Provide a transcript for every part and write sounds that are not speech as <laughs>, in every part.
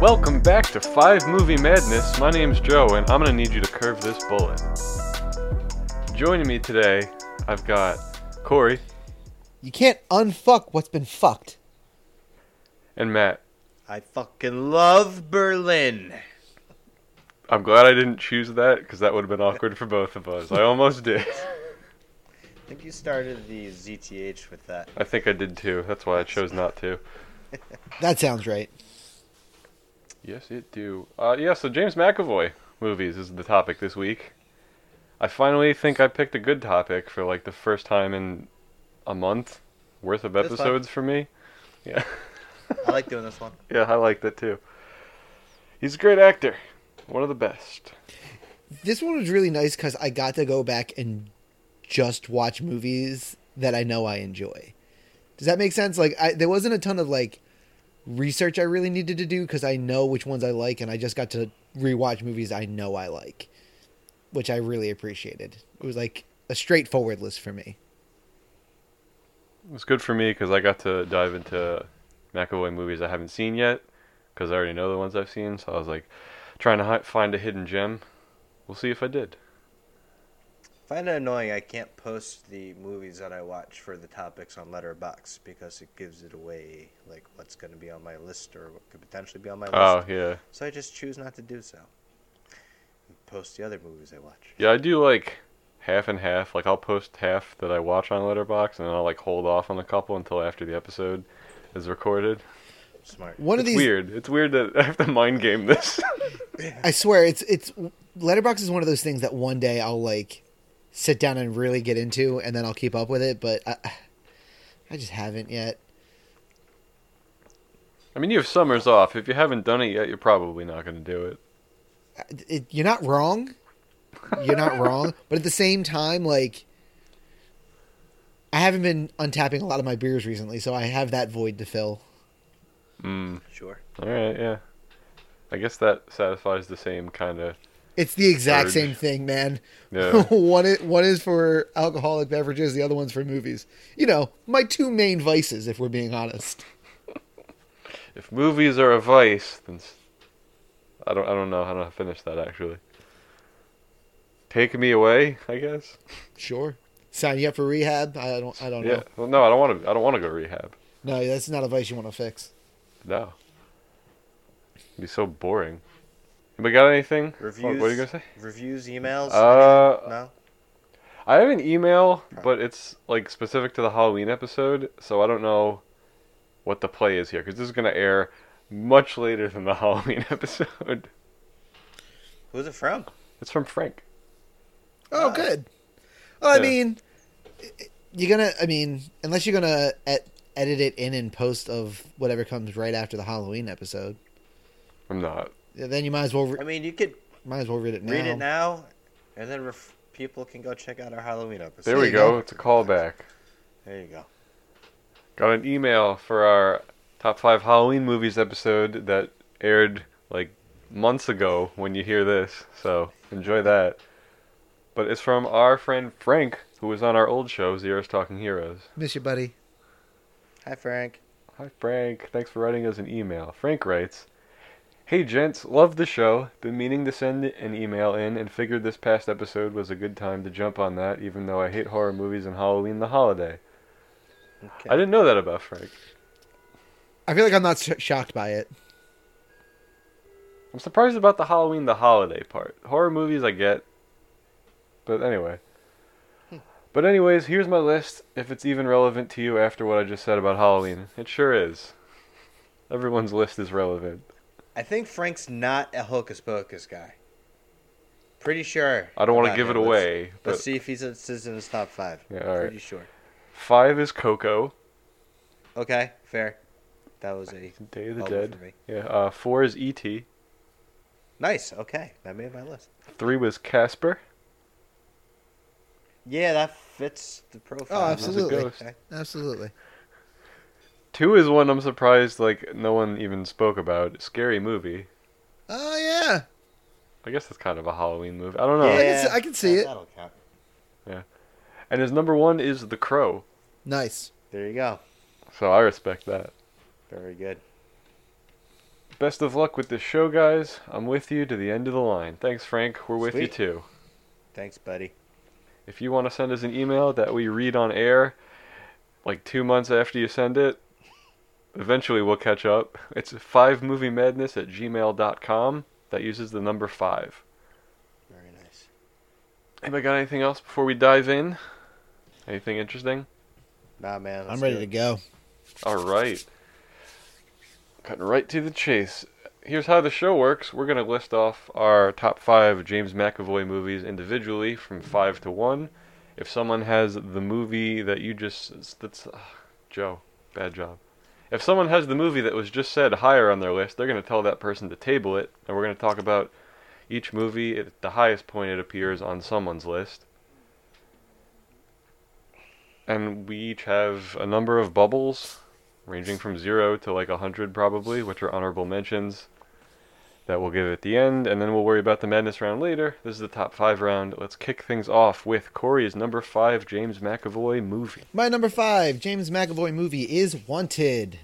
Welcome back to Five Movie Madness. My name's Joe, and I'm gonna need you to curve this bullet. Joining me today, I've got Corey You can't unfuck what's been fucked. and Matt. I fucking love Berlin. I'm glad I didn't choose that because that would have been awkward for both of us. I almost did. <laughs> I think you started the ZTH with that. I think I did too. That's why I chose not to. That sounds right. Yes, it do. Uh, yeah, so James McAvoy movies is the topic this week. I finally think I picked a good topic for like the first time in a month worth of That's fine. episodes for me. <laughs> Yeah, I like doing this one. yeah, I like that too. He's a great actor, one of the best. This one was really nice because I got to go back and just watch movies that I know I enjoy. Does that make sense? Like, I, there wasn't a ton of like research I really needed to do because I know which ones I like, and I just got to rewatch movies I know I like, which I really appreciated. It was like a straightforward list for me. It was good for me because I got to dive into McAvoy movies I haven't seen yet because I already know the ones I've seen. So I was like trying to hi- find a hidden gem. We'll see if I did. Find it annoying I can't post the movies that I watch for the topics on Letterbox because it gives it away, like what's going to be on my list or what could potentially be on my list. Oh yeah. So I just choose not to do so. And post the other movies I watch. Yeah, I do like half and half. Like I'll post half that I watch on Letterbox, and then I'll like hold off on a couple until after the episode is recorded. Smart. One of It's these, weird. It's weird that <laughs> I have to mind game this. <laughs> I swear it's it's Letterbox is one of those things that one day I'll like sit down and really get into, and then I'll keep up with it. But I, I just haven't yet. I mean, you have summers off. If you haven't done it yet, you're probably not going to do it. It, you're not wrong. You're not wrong, but at the same time, like I haven't been untapping a lot of my beers recently, so I have that void to fill. Mm. Sure. All right, yeah. I guess that satisfies the same kind of. It's the exact Urge. same thing, man. Yeah. <laughs> one is, one is for alcoholic beverages, the other one's for movies. You know, my two main vices, if we're being honest. If movies are a vice, then s- I don't. I don't know how to finish that actually. Take me away, I guess. Sure. Sign you up for rehab? I don't. I don't Yeah. know. Well, no, I don't want to. I don't want to go rehab. No, that's not a vice you want to fix. No. It'd be so boring. We got anything? What- Reviews. What are you gonna say? Reviews, emails. Uh, no. I have an email, but it's like specific to the Halloween episode, so I don't know what the play is here because this is gonna air much later than the <laughs> Halloween episode. Who's it from? It's from Frank. Oh, Ah. good. Well, I Yeah. mean, i- you're gonna. I mean, unless you're gonna et- edit it in and post of whatever comes right after the Halloween episode, I'm not. then you might as well I re- mean, you could might as well read it now. read it now, and then ref- people can go check out our Halloween episode. There, There we you go. go. It's a callback. There you go. Got an email for our top five Halloween movies episode that aired like months ago when you hear this. So enjoy that. But it's from our friend Frank, who was on our old show, Zero's Talking Heroes. Miss you, buddy. Hi, Frank. Hi, Frank. Thanks for writing us an email. Frank writes Hey, gents, love the show. Been meaning to send an email in and figured this past episode was a good time to jump on that, even though I hate horror movies and Halloween the holiday. Okay. I didn't know that about Frank. I feel like I'm not sh- shocked by it. I'm surprised about the Halloween the holiday part. Horror movies I get. But anyway. But anyways, here's my list if it's even relevant to you after what I just said about Halloween. It sure is. Everyone's list is relevant. I think Frank's not a hocus pocus guy. Pretty sure. I don't want to about give him. it Let's- away, Let's but see if he's this is in his top five. Yeah, all right. Pretty sure. 5 is Coco, Okay, fair. That was a Day of the bubble Dead. for me. Yeah, uh 4 is ET, Nice. Okay, that made my list. 3 was Casper. Yeah, that fits the profile. Oh, There's a absolutely. ghost. Okay. Absolutely. Two is one I'm surprised like no one even spoke about. Scary movie. Oh yeah. I guess that's kind of a Halloween movie. I don't know. Yeah. I can see that- it. That'll count. And his number one is The Crow. Nice. There you go. So I respect that. Very good. Best of luck with this show, guys. I'm with you to the end of the line. Thanks, Frank. We're with you Sweet. too. Thanks, buddy. If you want to send us an email that we read on air, like two months after you send it, eventually we'll catch up. It's five movie madness at gmail.com. That uses the number five. Very nice. Anybody got anything else before we dive in? Anything interesting? Nah, man. I'm ready to go. All right. Cutting right to the chase. Here's how the show works. We're going to list off our top five James McAvoy movies individually from five to one. If someone has the movie that you just. That's. ugh, Joe, bad job. If someone has the movie that was just said higher on their list, they're going to tell that person to table it, and we're going to talk about each movie at the highest point it appears on someone's list. And we each have a number of bubbles ranging from zero to like a hundred probably, which are honorable mentions that we'll give at the end, and then we'll worry about the madness round later. This is the top five round. Let's kick things off with Corey's number five James McAvoy movie. My number five James McAvoy movie is Wanted.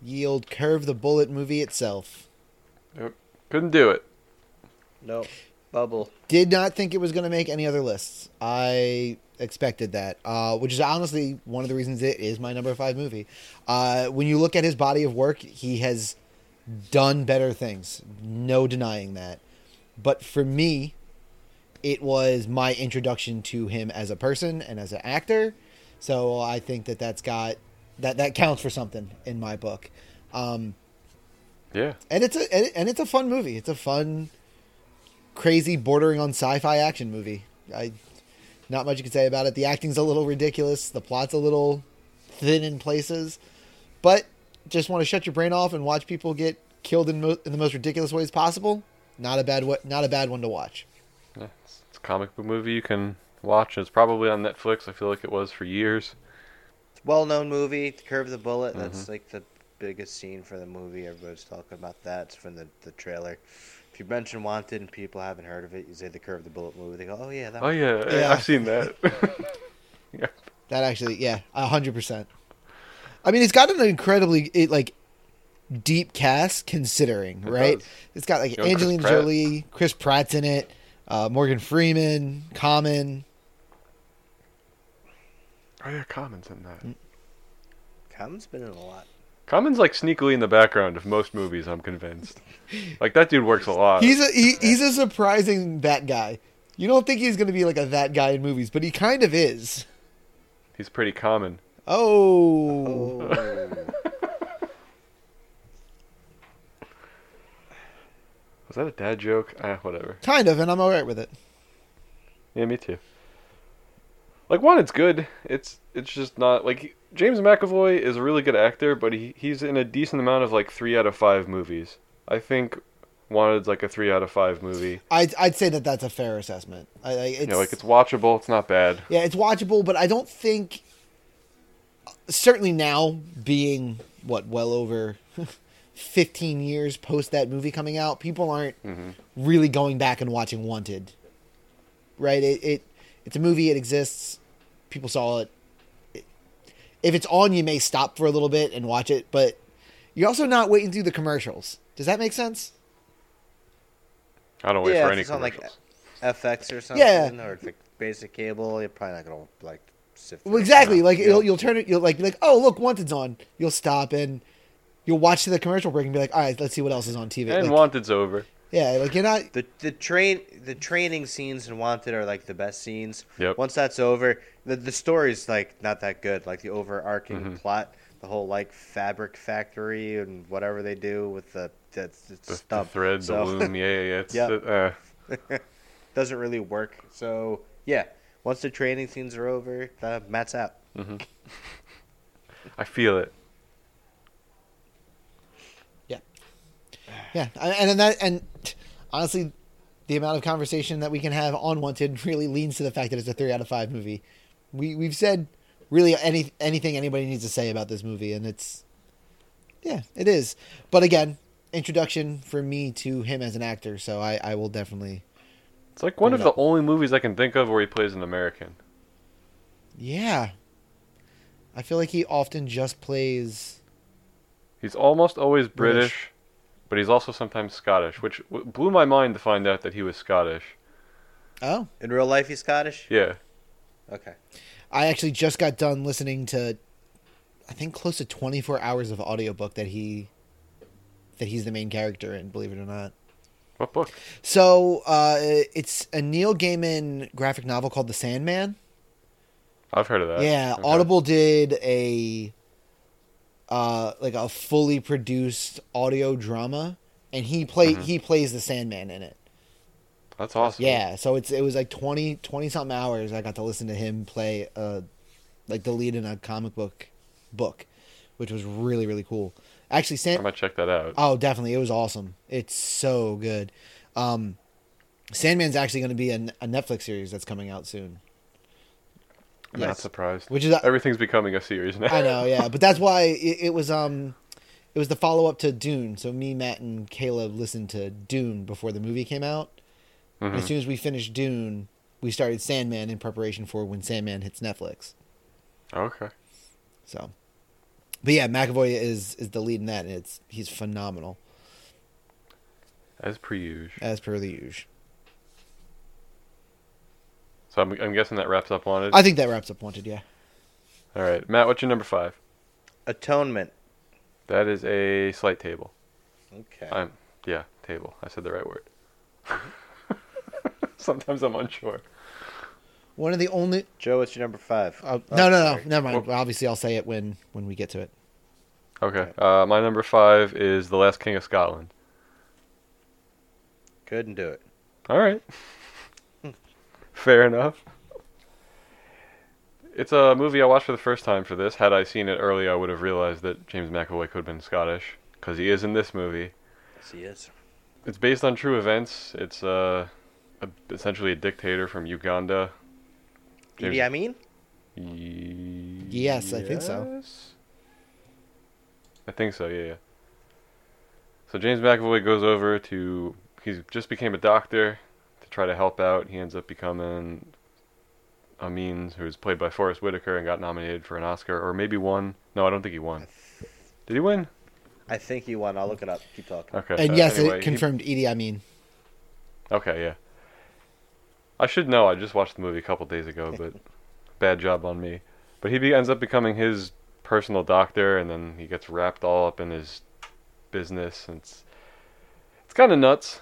Yield curve the bullet movie itself. Couldn't do it. No. Bubble. Did not think it was going to make any other lists. I expected that, uh, which is honestly one of the reasons it is my number five movie. Uh, when you look at his body of work, he has done better things. No denying that. But for me, it was my introduction to him as a person and as an actor. So I think that that's got that that counts for something in my book. Um, Yeah. and it's a and it- and it's a fun movie. It's a fun, crazy, bordering on sci-fi action movie. I, not much you can say about it. The acting's a little ridiculous. The plot's a little thin in places, but just want to shut your brain off and watch people get killed in, mo- in the most ridiculous ways possible. Not a bad wa- not a bad one to watch. Yeah, It's, it's a comic book movie you can watch. It's probably on Netflix. I feel like it was for years. Well-known movie. Curve the bullet. Mm-hmm. That's like the biggest scene for the movie. Everybody's talking about that. It's from the, the trailer. If you mention Wanted and people haven't heard of it, you say the Curve the Bullet movie. They go, oh yeah, that. Oh one." yeah, I- Yeah. I've seen that. That actually, yeah, a hundred percent. I mean, it's got an incredibly it, like deep cast, considering <laughs> right. does. It's got like You know, Chris Angelina Pratt. Jolie, Chris Pratt's in it, uh, Morgan Freeman, Common. oh yeah, Common's in Mm. that. Common's been in a <laughs> lot. Common's like sneakily in the background of most movies. I'm <laughs> convinced. Like that dude works a lot. He's a he, he's a surprising that guy. You don't think he's gonna be like a that guy in movies, but he kind of is. He's pretty common. Oh, Oh. Was that a dad joke? Ah, whatever. kind of, and I'm all right with it. Yeah, me too. Like one, it's good. It's it's just not like James McAvoy is a really good actor, but he he's in a decent amount of like three out of five movies. I think Wanted's like a three out of five movie. I'd I'd say that that's a fair assessment. I, I, it's, You know, like it's watchable. It's not bad. Yeah, it's watchable, but I don't think. Certainly now, being what well over <laughs> fifteen years post that movie coming out, people aren't really going back and watching Wanted. Right? It, it it's a movie. It exists. People saw it. If it's on, you may stop for a little bit and watch it, but you're also not waiting through the commercials. Does that make sense? I don't wait yeah, for if any it's on, like, commercials. FX or something, Yeah. or if it's basic cable, you're probably not gonna like sift. Well, through it. exactly. Yeah. Like Yeah. you'll you'll turn it. You'll like be like, oh look, Wanted's on. You'll stop and you'll watch the commercial break and be like, all right, let's see what else is on TV. and Like, Wanted's over. yeah, like you're not. the the train the training scenes in Wanted are like the best scenes. Yep. Once that's over, the the story's like not that good. Like the overarching Mm-hmm. plot, the whole like fabric factory and whatever they do with the the, the, The, the stuff thread, so, the loom. Yeah, yeah. yeah, It's, Yep. uh, <laughs> doesn't really work. So yeah, once the training scenes are over, the Matt's out. I feel it. Yeah, yeah, and, and then that and honestly, the amount of conversation that we can have on Wanted really leans to the fact that it's a three out of five movie. We we've said really any anything anybody needs to say about this movie, and it's yeah, it is. But again, introduction for me to him as an actor, so I I will definitely It's like one of No. the only movies I can think of where he plays an American. Yeah. I feel like he often just plays He He's almost always British, British. but he's also sometimes Scottish, which w- blew my mind to find out that he was Scottish. Oh, In real life, he's Scottish. Yeah. Okay. I actually just got done listening to, I think close to twenty four hours of audiobook that he, that he's the main character in. Believe it or not. What book? So uh, it's a Neil Gaiman graphic novel called The Sandman. I've heard of that. yeah, Uh, Okay. Audible did a uh, like a fully produced audio drama, and he play he plays the Sandman in it. That's awesome. Yeah, so it's it was like 20, 20 something hours. I got to listen to him play uh like the lead in a comic book book, which was really really cool. Actually, I San- might check that out. Oh, definitely. It was awesome. It's so good. Um, Sandman's actually going to be a, a Netflix series that's coming out soon. I'm not yes. surprised. Which is- everything's becoming a series now. I know, yeah, but that's why it, it was um, it was the follow up to Dune. So me, Matt, and Caleb listened to Dune before the movie came out. And Mm-hmm. as soon as we finished Dune, we started Sandman in preparation for when Sandman hits Netflix. <laughs> Okay. So, but yeah, McAvoy is is the lead in that, and it's he's phenomenal As per usual. as per the usual. So I'm, I'm guessing that wraps up Wanted. I think that wraps up Wanted. Yeah. All right, Matt. What's your number five? Atonement. That is a slight table. Okay. I'm yeah table. I said the right word. <laughs> Sometimes I'm unsure. One of the only Joe, what's your number five? Oh, Oh, no, no, no, sorry. never mind. Obviously, I'll say it when when we get to it. Okay. Uh, my number five is The Last King of Scotland. Couldn't do it. All right. <laughs> Fair enough. It's a movie I watched for the first time for this. Had I seen it early, I would have realized that James McAvoy could have been Scottish because he is in this movie. Yes, he is. It's based on true events. It's uh, a, essentially a dictator from Uganda. James- Idi Amin? Yes, Yes, I think so. I think so. Yeah, yeah. So James McAvoy goes over to he's just became a doctor to try to help out. He ends up becoming Amin, who was played by Forrest Whitaker and got nominated for an Oscar or maybe won. No, I don't think he won. Did he win? I think he won. I'll look it up. Keep talking. Okay. And so yes, Uh, anyway, it he- confirmed Edie. I mean, Okay, yeah. I should know. I just watched the movie a couple days ago, but bad job on me. But he be- ends up becoming his personal doctor, and then he gets wrapped all up in his business. And it's it's kind of nuts.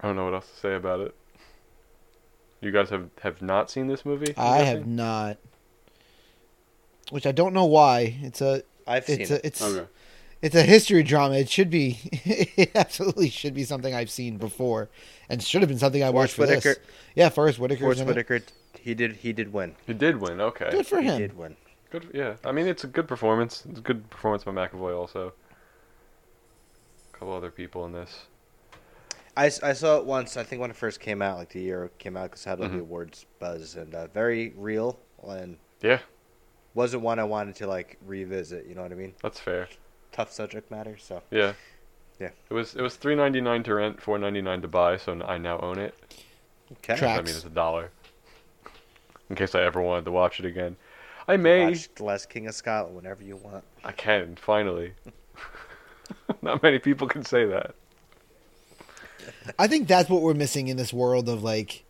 I don't know what else to say about it. You guys have have not seen this movie? I'm I have guessing? not. Which I don't know why. It's a I've seen it's it. a it's Okay. it's a history drama. It should be <laughs> it absolutely should be something I've seen before, and should have been something I watched Forrest for this. Whitaker. Yeah, Forrest Whitaker. Forrest Whitaker. Whitaker, he did, he did win. He did win. Okay. Good for he him. did win. Good. Yeah, I mean it's a good performance. It's a good performance by McAvoy also. A couple other people in this. I, s- I saw it once. I think when it first came out, like the year it came out, because it had like Mm-hmm. the awards buzz and uh, very real and Yeah, wasn't one I wanted to like revisit. You know what I mean? that's fair. Tough subject matter. So Yeah. Yeah. It was it was three ninety nine to rent, four ninety nine to buy, so n- I now own it. okay. Track. I mean Facts. it's a dollar. In case I ever wanted to watch it again. I may Watch The Last King of Scotland whenever you want. I can, finally. <laughs> Not many people can say that. I think that's what we're missing in this world of like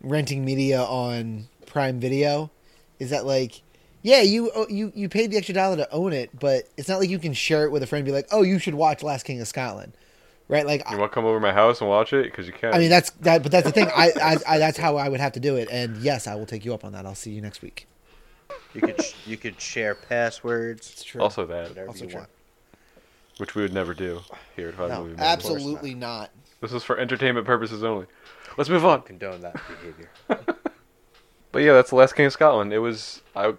renting media on Prime Video. Is that like, yeah, you oh, you you paid the extra dollar to own it, but it's not like you can share it with a friend. and Be like, oh, you should watch Last King of Scotland, right? Like, You I, want to come over to my house and watch it? Because you can. I mean, that's that, but that's the thing. I, <laughs> I, I that's how I would have to do it. And yes, I will take you up on that. I'll see you next week. You could sh- you could share passwords. true. also that, Whatever Also you true. want. which we would never do here at Five No, Movie Minute. Absolutely not. This is for entertainment purposes only. Let's move on. Condone that behavior. But yeah, that's the last King of Scotland. It was I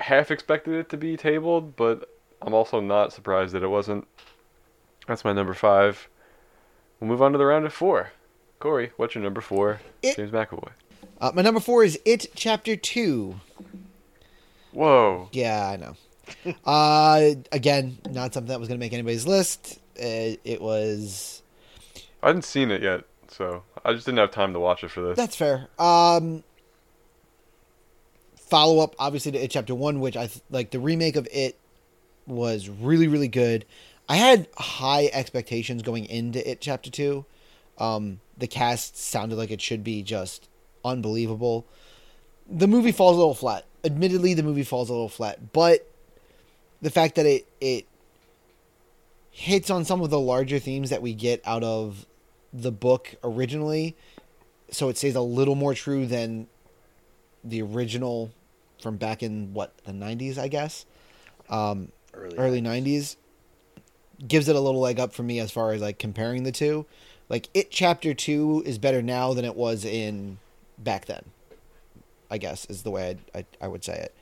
half expected it to be tabled, but I'm also not surprised that it wasn't. That's my number five. We'll move on to the round of four. Corey, what's your number four? It- James McAvoy. Uh, my number four is It Chapter Two. Whoa. Yeah, I <laughs> know. uh, again, not something that was going to make anybody's list. Uh, it was. I hadn't seen it yet, so I just didn't have time to watch it for this. That's fair. Um, follow up, obviously, to It Chapter One, which I th- like. The remake of It was really, really good. I had high expectations going into It Chapter Two. Um, the cast sounded like it should be just unbelievable. The movie falls a little flat. Admittedly, the movie falls a little flat, but the fact that it it hits on some of the larger themes that we get out of the book originally, so it stays a little more true than the original from back in what the '90s, I guess, um, Early early '90s. Gives it a little leg up for me as far as like comparing the two. Like it, chapter two is better now than it was in back then. I guess is the way I'd, I I would say it.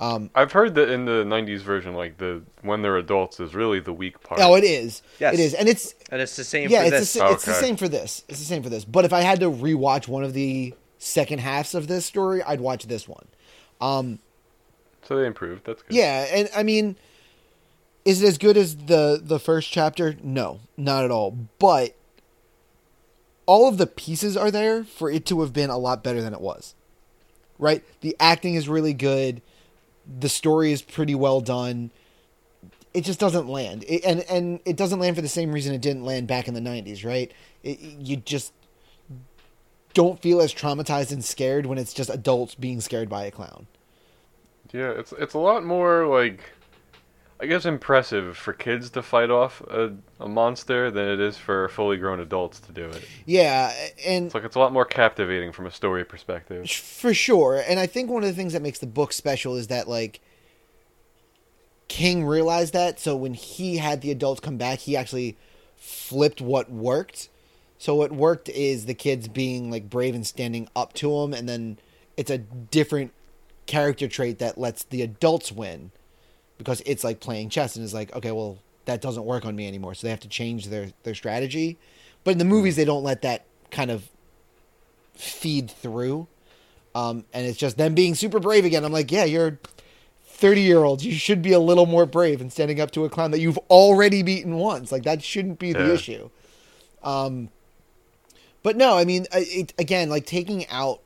Um, I've heard that in the '90s version, like the when they're adults is really the weak part. oh, it is. Yes. It is, and it's And it's the same yeah, for it's this. the, sa- it's the Okay. same for this. It's the same for this. But if I had to rewatch one of the second halves of this story, I'd watch this one. Um, so they improved. That's good. yeah, and I mean, is it as good as the the first chapter? No, not at all. But all of the pieces are there for it to have been a lot better than it was. Right? The acting is really good. The story is pretty well done. It just doesn't land, it, and and it doesn't land for the same reason it didn't land back in the '90s, right? It, you just don't feel as traumatized and scared when it's just adults being scared by a clown. Yeah, it's it's a lot more like I guess impressive for kids to fight off a, a monster than it is for fully grown adults to do it. Yeah, and It's like it's a lot more captivating from a story perspective. for sure and i think one of the things that makes the book special is that like king realized that so when he had the adults come back he actually flipped what worked so what worked is the kids being like brave and standing up to him and then it's a different character trait that lets the adults win because it's like playing chess and it's like okay well that doesn't work on me anymore so they have to change their their strategy but in the movies they don't let that kind of feed through um, and it's just them being super brave again i'm like yeah you're 30 year olds you should be a little more brave and standing up to a clown that you've already beaten once like that shouldn't be the Yeah. issue um, but no i mean I- it, again like taking out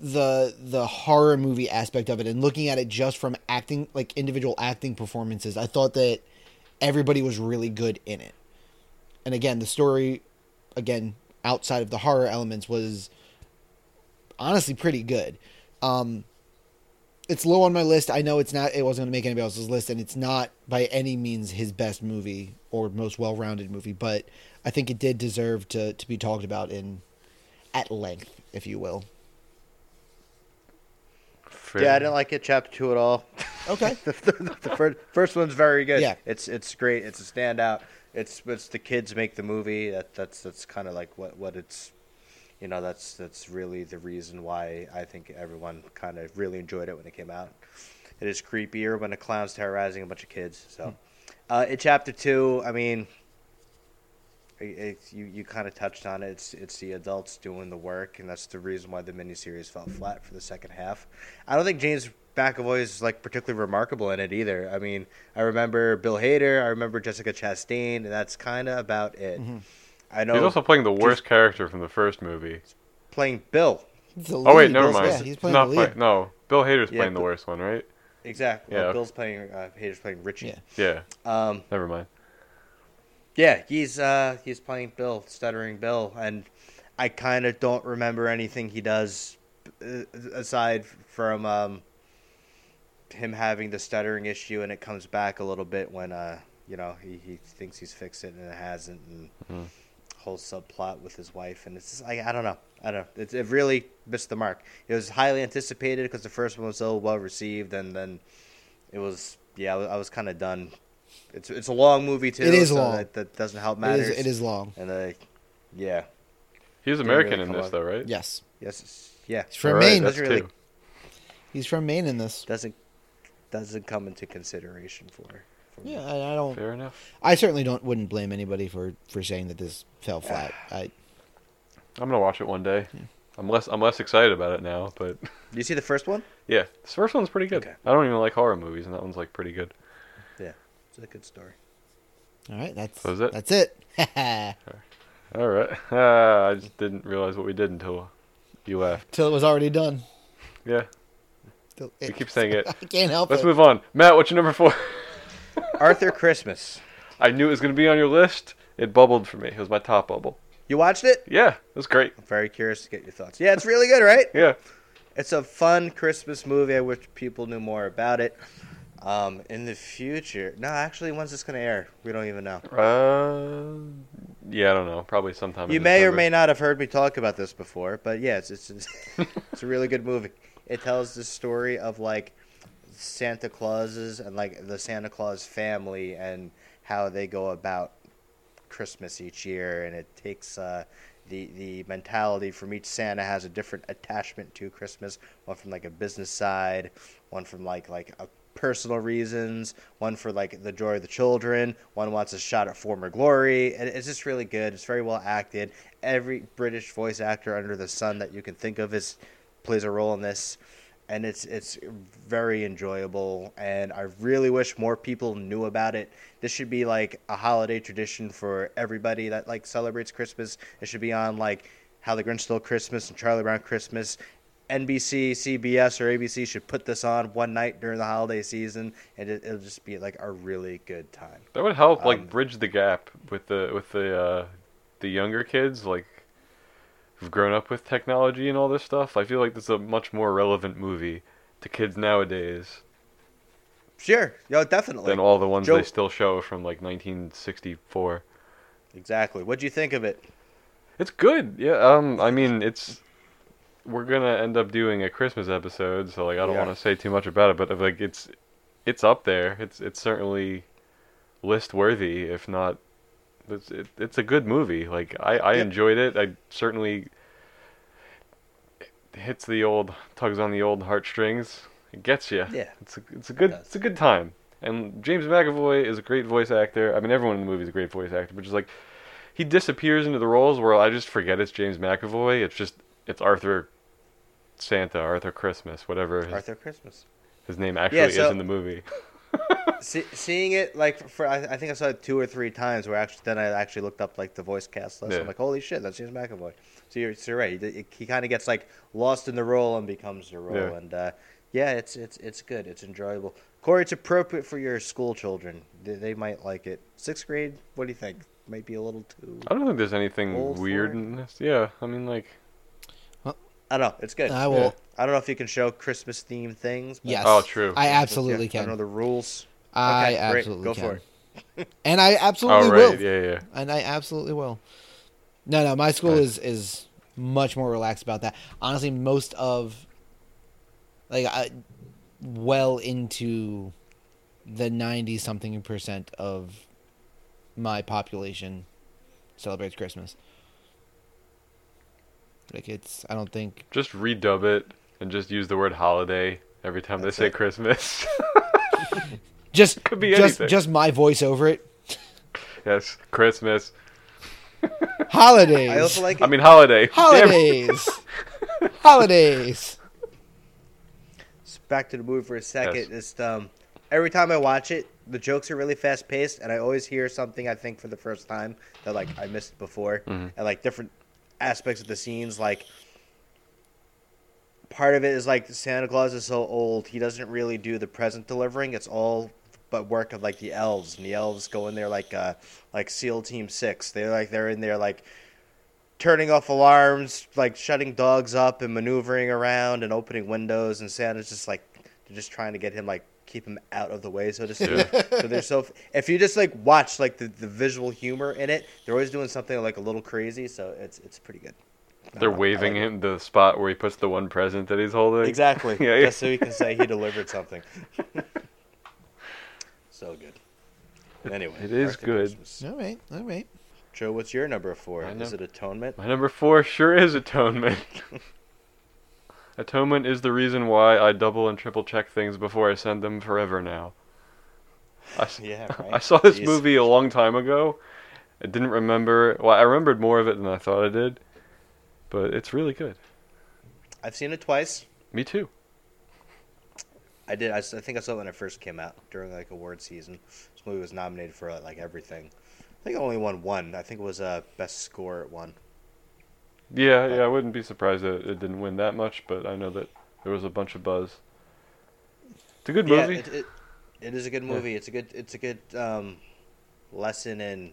the the horror movie aspect of it and looking at it just from acting like individual acting performances i thought that everybody was really good in it and again the story again outside of the horror elements was honestly pretty good um it's low on my list i know it's not it wasn't going to make anybody else's list and it's not by any means his best movie or most well-rounded movie but i think it did deserve to to be talked about in at length if you will Fair. Yeah, I didn't like it. Chapter two at all. okay the, the, the first, first one's very good. Yeah. it's it's great. It's a standout. It's it's the kids make the movie. That that's that's kind of like what what it's, you know, that's that's really the reason why I think everyone kind of really enjoyed it when it came out. It is creepier when a clown's terrorizing a bunch of kids. So, uh, in chapter two, I mean, it, it- you you kind of touched on it. It's it's the adults doing the work, and that's the reason why the miniseries fell flat for the second half. I don't think James McAvoy is like particularly remarkable in it either. I mean, I remember Bill Hader, I remember Jessica Chastain, and that's kind of about it. I know He's also playing the worst character from the first movie. playing Bill. The Oh wait, lead. never Yeah, mind. he's playing Not the lead. play- no, Bill Hader's Yeah, playing the but- worst one, right? Exactly. Yeah. Well, Bill's playing uh, Hader's playing Richie. Yeah. Yeah, Yeah. Um, never mind. Yeah, he's uh he's playing Bill, stuttering Bill, and I kind of don't remember anything he does uh, aside from um him having the stuttering issue, and it comes back a little bit when uh you know he, he thinks he's fixed it and it hasn't, and whole subplot with his wife, and it's just, I I don't know I don't know it, it really missed the mark. It was highly anticipated because the first one was so well received, and then it was yeah I was, I was kind of done. It's it's a long movie too. It is so long. That, that doesn't help It matters. is, it is long. And uh, yeah, He's Didn't American really in come this up. though, right? Yes. yes, it's- yeah. He's from All right, Maine. that's Doesn't really- two. He's from Maine in this. Doesn't doesn't come into consideration for. for Yeah, I, I don't. Fair enough. I certainly don't. Wouldn't blame anybody for for saying that this fell <sighs> flat. I I'm gonna watch it one day. I'm less I'm less excited about it now, but You see the first one? yeah, this first one's pretty good. Okay. I don't even like horror movies, and that one's like pretty good. Yeah, it's a <laughs> good story. all right. That's That was it? that's it. <laughs> All <laughs> right, Ah, I just didn't realize what we did until you left. Till it was already done. Yeah, Still we it. keep saying it. <laughs> I can't help Let's it. move on. Matt, what's your number four? <laughs> Arthur Christmas. I knew it was going to be on your list. It bubbled for me. It was my top bubble. You watched it? Yeah, it was great. I'm very curious to get your thoughts. Yeah, it's really good, right? Yeah. It's a fun Christmas movie. I wish people knew more about it. Um, in the future, no, actually, when's this gonna air? We don't even know. Uh, yeah, I don't know. Probably sometime. You in may or December. may not have heard me talk about this before, but yeah, it's it's, <laughs> it's a really good movie. It tells the story of like Santa Clauses and like the Santa Claus family and how they go about Christmas each year, and it takes uh, the the mentality from each Santa has a different attachment to Christmas. One from like a business side, one from like like a personal reasons, one for like the joy of the children, one wants a shot at former glory, and it's just really good. It's very well acted. Every British voice actor under the sun that you can think of is plays a role in this. And it's it's very enjoyable, and I really wish more people knew about it. This should be like a holiday tradition for everybody that like celebrates Christmas. It should be on like How the Grinch Stole Christmas and Charlie Brown Christmas. NBC, CBS, or ABC should put this on one night during the holiday season, and it, it'll just be like a really good time. That would help, like Um, bridge the gap with the with the uh, the younger kids, like who've grown up with technology and all this stuff. I feel like this is a much more relevant movie to kids nowadays Sure, yo, definitely, than all the ones Joe- they still show from like 1964. exactly. What'd you think of it? It's good. Yeah. Um. I mean, it's we're gonna end up doing a Christmas episode, so like I don't Yeah. want to say too much about it, but like it's it's up there. It's it's certainly list worthy, if not. It's it, it's a good movie. Like I I Yeah. enjoyed it. I certainly it hits the old tugs on the old heartstrings. It gets you. Yeah. It's a, it's a good does. it's a good time. And James McAvoy is a great voice actor. I mean, everyone in the movie is a great voice actor, but just like he disappears into the roles where I just forget it's James McAvoy. It's just it's Arthur Santa, Arthur Christmas, whatever his, Arthur Christmas. his name actually is so- in the movie. See, seeing it like for I, I think I saw it two or three times. Where actually, then I actually looked up like the voice cast list. Yeah. I'm like, holy shit, that's James McAvoy. So you're, so you're right. He, he kind of gets like lost in the role and becomes the role. Yeah. And uh, yeah, it's it's it's good. It's enjoyable. Corey, it's appropriate for your school children. They, they might like it. Sixth grade. What do you think? Might be a little too. I don't think there's anything Old weird Ford. in this. Yeah, I mean like I don't know. It's good. I will. I don't know if you can show Christmas themed things. but- Yes. Oh, true. I Yeah, absolutely I don't know can. the rules. I Okay, great. absolutely Go can. for it. And I absolutely oh right, will. yeah, yeah. And I absolutely will. No, no, my school Nice. is is much more relaxed about that. Honestly, most of like I, well into the 90 something percent of my population celebrates Christmas. Like it's I don't think Just redub it and just use the word holiday every time That's they say it. Christmas. <laughs> just Could be just anything. just my voice over it. yes, Christmas. Holidays. I also like. I mean holiday. Damn it. holidays. holidays. s- back to the movie for a second. Yes. Just um, every time I watch it, the jokes are really fast paced, and I always hear something I think for the first time that like I missed before, and like different aspects of the scenes. Like part of it is like Santa Claus is so old, he doesn't really do the present delivering. It's all but work of like the elves, and the elves go in there like uh like SEAL Team Six. They're like they're in there like turning off alarms, like shutting dogs up and maneuvering around and opening windows. And Santa's just like, they're just trying to get him, like, keep him out of the way, so to speak. <laughs> so they're so, if you just like watch like the, the visual humor in it, they're always doing something like a little crazy. So it's, it's pretty good. They're I like waving it. him the spot where he puts the one present that he's <laughs> holding. Exactly. Yeah, yeah. Just so he can say he delivered something. <laughs> so good. Anyway, it is Arthur good. Christmas. All right. All right. Joe, what's your number four? I Is know. it Atonement? My number four sure is <laughs> atonement. atonement is the reason why I double and triple check things before I send them forever now. I, s- Yeah, <laughs> right. I saw this Jeez. movie a long time ago. I didn't remember. Well, I remembered more of it than I thought I did, but it's really good. I've seen it twice. Me too. I did. I, s- I think I saw it when it first came out during like award season. This movie was nominated for like everything. I think it only won one. I think it was uh, best score at one. Yeah, yeah. I wouldn't be surprised that it didn't win that much, but I know that it There was a bunch of buzz. It's a good yeah, movie. it, it, it is a good Yeah. movie. It's a good it's a good um, lesson in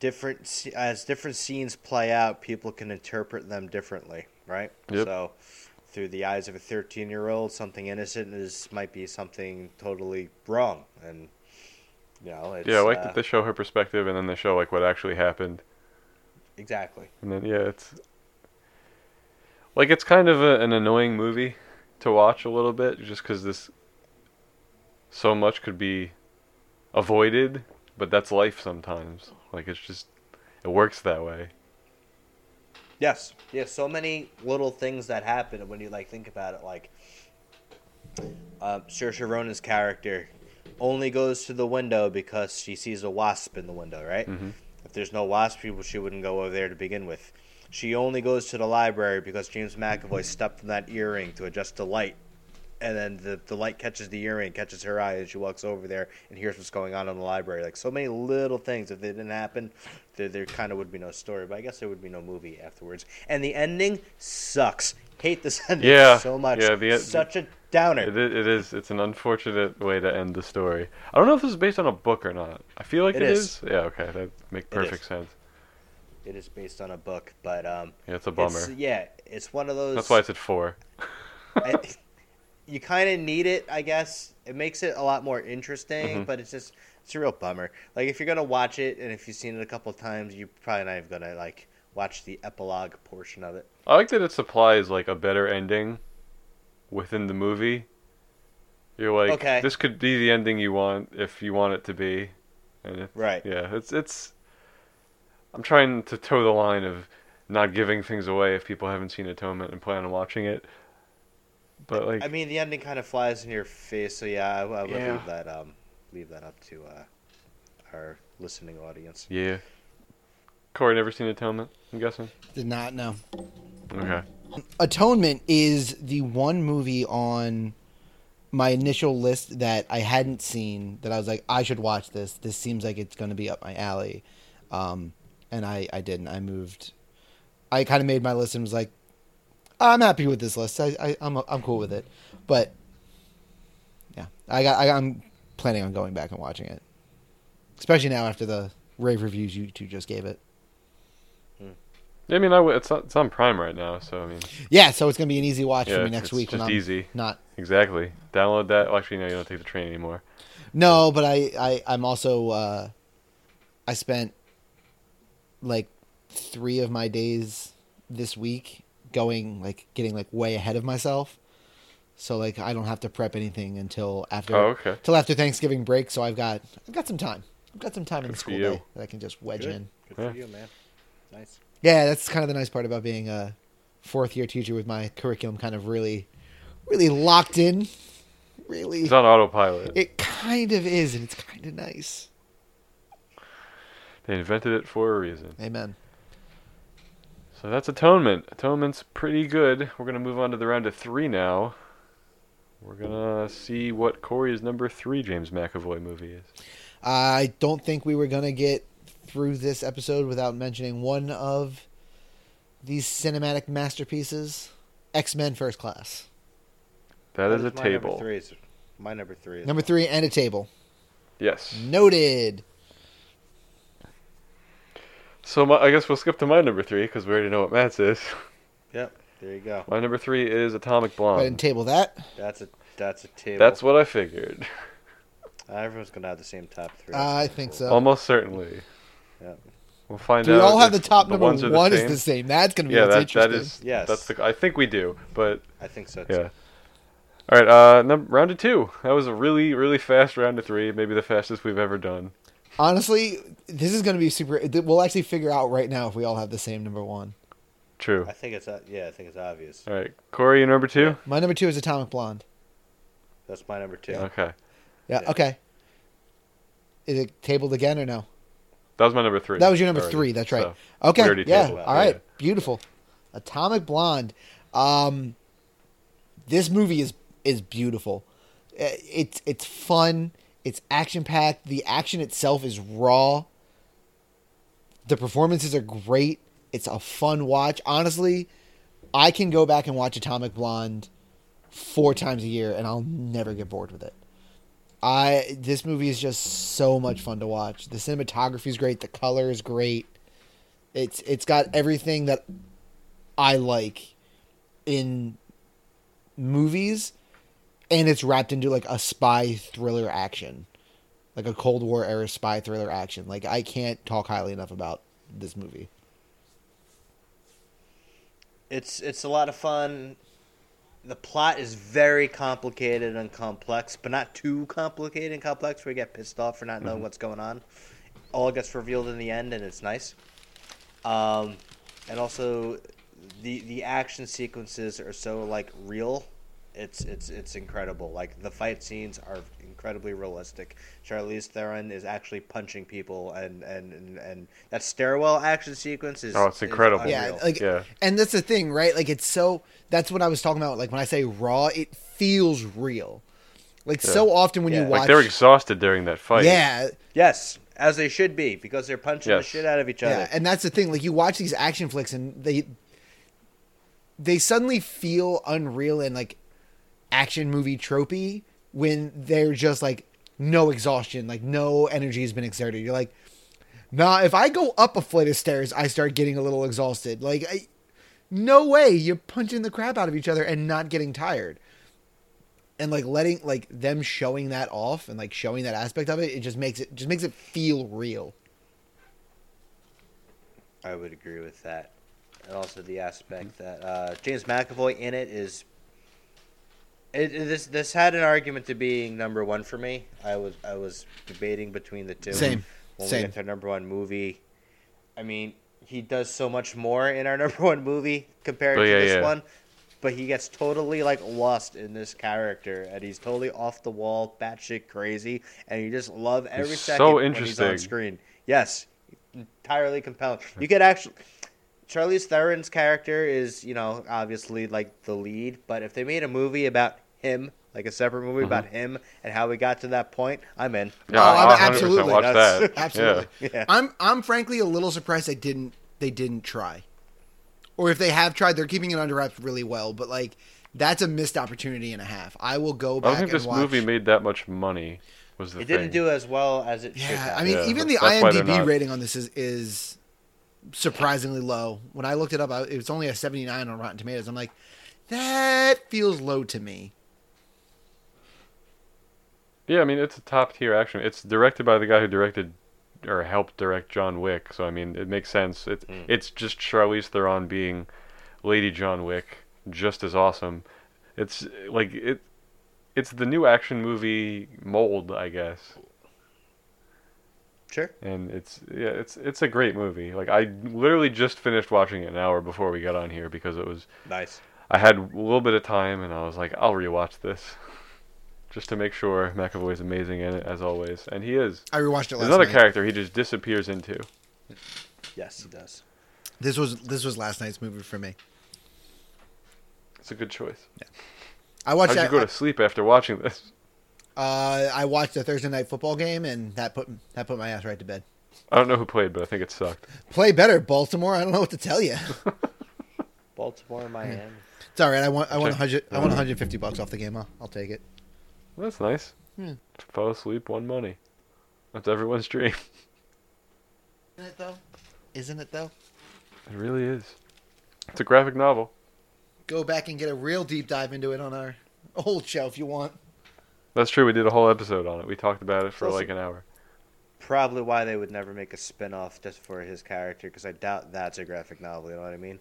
different sce- as different scenes play out, people can interpret them differently, right? Yep. So through the eyes of a 13-year-old, something innocent is might be something totally wrong and you know, it's yeah, I like uh, that they show her perspective and then they show like what actually happened. exactly. And then yeah, it's like it's kind of a, an annoying movie to watch a little bit, just because this so much could be avoided, but that's life sometimes. Like it's just it works that way. Yes. Yeah, so many little things that happen and when you like think about it, like uh, Saoirse Ronan's character only goes to the window because she sees a wasp in the window, right? Mhm. If there's no wasp, people she wouldn't go over there to begin with. She only goes to the library because James McAvoy stepped on that earring to adjust the light, and then the the light catches the earring, catches her eye, and she walks over there and hears what's going on in the library. Like so many little things. If they didn't happen, there there kind of would be no story. But I guess there would be no movie afterwards. And the ending sucks. Hate this ending Yeah, so much. yeah, the- e-, such a downer. It, i- it is. It's an unfortunate way to end the story. I don't know if this is based on a book or not. I feel like It it is. is. Yeah. Okay. That makes It is. perfect sense. It is based on a book, but um, Yeah, it's a bummer. it's, yeah, it's one of those. That's why it's at four. I, <laughs> you kind of need it, I guess. It makes it a lot more interesting, Mm-hmm. but it's just it's a real bummer. Like if you're gonna watch it, and if you've seen it a couple of times, you're probably not even gonna like watch the epilogue portion of it. I like that it supplies like a better ending within the movie. You're like, Okay. this could be the ending you want if you want it to be, and it, Right. yeah, it's it's. I'm trying to toe the line of not giving things away if people haven't seen Atonement and plan on watching it, but like, I mean, the ending kind of flies in your face, so yeah, I, I would Yeah. leave that um leave that up to uh, our listening audience. yeah. Corey never seen Atonement. I'm guessing. Did not know. Mm-hmm. Okay. Atonement is the one movie on my initial list that I hadn't seen that I was like, I should watch this. This seems like it's going to be up my alley. Um, and I, I didn't. I moved. I kind of made my list and was like, I'm happy with this list. I, I, I'm, I'm cool with it. But yeah, I got, I, I'm planning on going back and watching it, especially now after the rave reviews you two just gave it. I mean, I w- it's on, it's on Prime right now, so I mean, Yeah, so it's going to be an easy watch Yeah, for me it's- next it's week when just I'm easy. not exactly. Download that. Well, actually, no, you don't take the train anymore. No, but I, I I'm also uh, I spent like three of my days this week going like getting like way ahead of myself. So like I don't have to prep anything until after Oh, okay. till after Thanksgiving break. So I've got I've got some time. I've got some time in Good the for school you. day that I can just wedge Good, in. Good for you, man. Nice. Yeah, that's kind of the nice part about being a fourth year teacher with my curriculum kind of really really locked in. Really, It's on autopilot. it kind of is, and it's kind of nice. They invented it for a reason. Amen. So that's Atonement. Atonement's pretty good. We're going to move on to the round of three now. We're going to see what Corey's number three James McAvoy movie is. I don't think we were going to get through this episode without mentioning one of these cinematic masterpieces X Men First Class. that is a my Number table. three is, my number three is Number three and a table. Yes. Noted. So my, I guess we'll skip to my number three because we already know what Matt's is. <laughs> Yep. There you go. My number three is Atomic Go ahead and Blonde. table that. That's a that's a table. Uh, That's what I figured. everyone's gonna have the same top three. Uh, I think so. Almost certainly. Yep. We'll find Do out. we all have the if top number ones are one the is same. the same. That's going to be Yeah, what's that, that interesting. is. Yes. That's the. I think we do, but I think so too. Yeah. All right, uh, num- round of two. That was a really, really fast round of three. Maybe the fastest we've ever done. Honestly, this is going to be super. th- We'll actually figure out right now if we all have the same number one. True. I think it's o- yeah, I think it's obvious. All right, Corey, you number two. My number two is Atomic Blonde. That's my number two. Okay, Yeah, Yeah. okay. Is it tabled again or no? that was my number three. That was your number already. three. That's right. So, we okay. already Yeah. tabled that, All right. Beautiful. Atomic Blonde. Um, this movie is is beautiful. Uh, It's it's fun. It's action packed. The action itself is raw. The performances are great. It's a fun watch. Honestly, I can go back and watch Atomic Blonde four times a year, and I'll never get bored with it. I this movie is just so much fun to watch. The cinematography is great. The color is great. It's it's got everything that I like in movies, and it's wrapped into like a spy thriller action, like a Cold War era spy thriller action. Like I can't talk highly enough about this movie. It's it's a lot of fun. The plot is very complicated and complex, but not too complicated and complex where you get pissed off for not Mm-hmm. knowing what's going on. All gets revealed in the end, and it's nice. Um, and also, the the action sequences are so like real. It's it's it's incredible. Like the fight scenes are incredibly realistic. Charlize Theron is actually punching people, and and and, and that stairwell action sequence is Oh, it's is incredible. yeah unreal. like Yeah. and that's the thing right like it's so that's what i was talking about like when i say raw it feels real like so often when Yeah. you Like, watch Like they're exhausted during that fight. yeah Yes, as they should be, because they're punching the Yes. shit out of each other. yeah and that's the thing like you watch these action flicks and they they suddenly feel unreal and like action movie tropey when they're just like no exhaustion like no energy has been exerted you're like nah if i go up a flight of stairs i start getting a little exhausted like I, no way you're punching the crap out of each other and not getting tired and like letting like them showing that off and like showing that aspect of it it just makes it just makes it feel real I would agree with that. And also the aspect that uh, James McAvoy in it is. It, it- this this had an argument to being number one for me. I was I was debating between the two. Same, When same. we get to our number one movie, I mean he does so much more in our <laughs> number one movie compared Oh, to yeah, this yeah. one, but he gets totally like lost in this character, and he's totally off the wall, batshit crazy, and you just love every He's second so when he's on interesting. screen. Yes, entirely compelling. You could actually. Charlize Theron's character is, you know, obviously like the lead, but if they made a movie about him, like a separate movie about him and how we got to that point, I'm in. Mm-hmm. Yeah, Oh, I'm I'll 100% absolutely- watch That's- <laughs> that. Absolutely. Yeah. Yeah. I'm I'm frankly a little surprised they didn't they didn't try. Or if they have tried, they're keeping it under wraps really well, but like that's a missed opportunity and a half. I will go I back don't think and this watch. movie made that much money. Was the It thing. didn't do as well as it should yeah, have. I mean Yeah, even the that's why they're IMDb not- rating on this is is surprisingly low. When I looked it up, I, it was only a 79 on Rotten Tomatoes. I'm like, that feels low to me. Yeah, I mean it's a top tier action. It's directed by the guy who directed or helped direct John Wick, so I mean it makes sense. It it's just Charlize Theron being Lady John Wick, just as awesome. It's like it it's the new action movie mold, I guess. sure. And it's yeah, it's it's a great movie. Like I literally just finished watching it an hour before we got on here because it was Nice. I had a little bit of time and I was like, I'll rewatch this. <laughs> Just to make sure McAvoy's amazing in it as always. And he is. I rewatched it last There's another night. character he just disappears into. Yes, he does. This was this was last night's movie for me. It's a good choice. I watched How'd you that, go to sleep after watching this? uh, I watched the Thursday night football game and that put that put my ass right to bed. I don't know who played, but I think it sucked. play better, Baltimore. I don't know what to tell you. Baltimore, Miami. It's all right. I want I want Okay. 100 I want 150 bucks off the game. I'll, I'll take it. Well, that's nice. Hmm. Fell asleep, won money. That's everyone's <laughs> dream. Isn't it though? Isn't it though? It really is. It's a graphic novel. Go back and get a real deep dive into it on our old show if you want. That's true. We did a whole episode on it. We talked about it for Awesome. like an hour. Probably why they would never make a spin off just for his character, because I doubt that's a graphic novel, you know what I mean?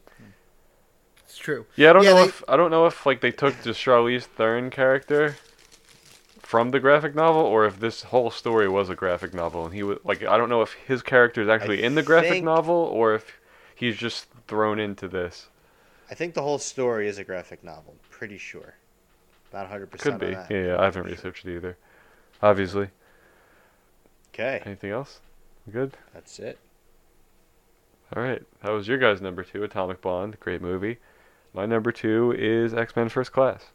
It's true. Yeah, I don't know they- if I don't know if like they took the Charlize Theron character from the graphic novel, or if this whole story was a graphic novel, and he was like I don't know if his character is actually in the graphic think- novel, or if he's just thrown into this. I think the whole story is a graphic novel. I'm pretty sure. Not 100% Could on be. that. Yeah, yeah, I haven't researched it either. Obviously. Okay, Anything else? We Good. that's it. All right. That was your guys' number two, Atomic Blonde. Great movie. My number two is X Men First Class.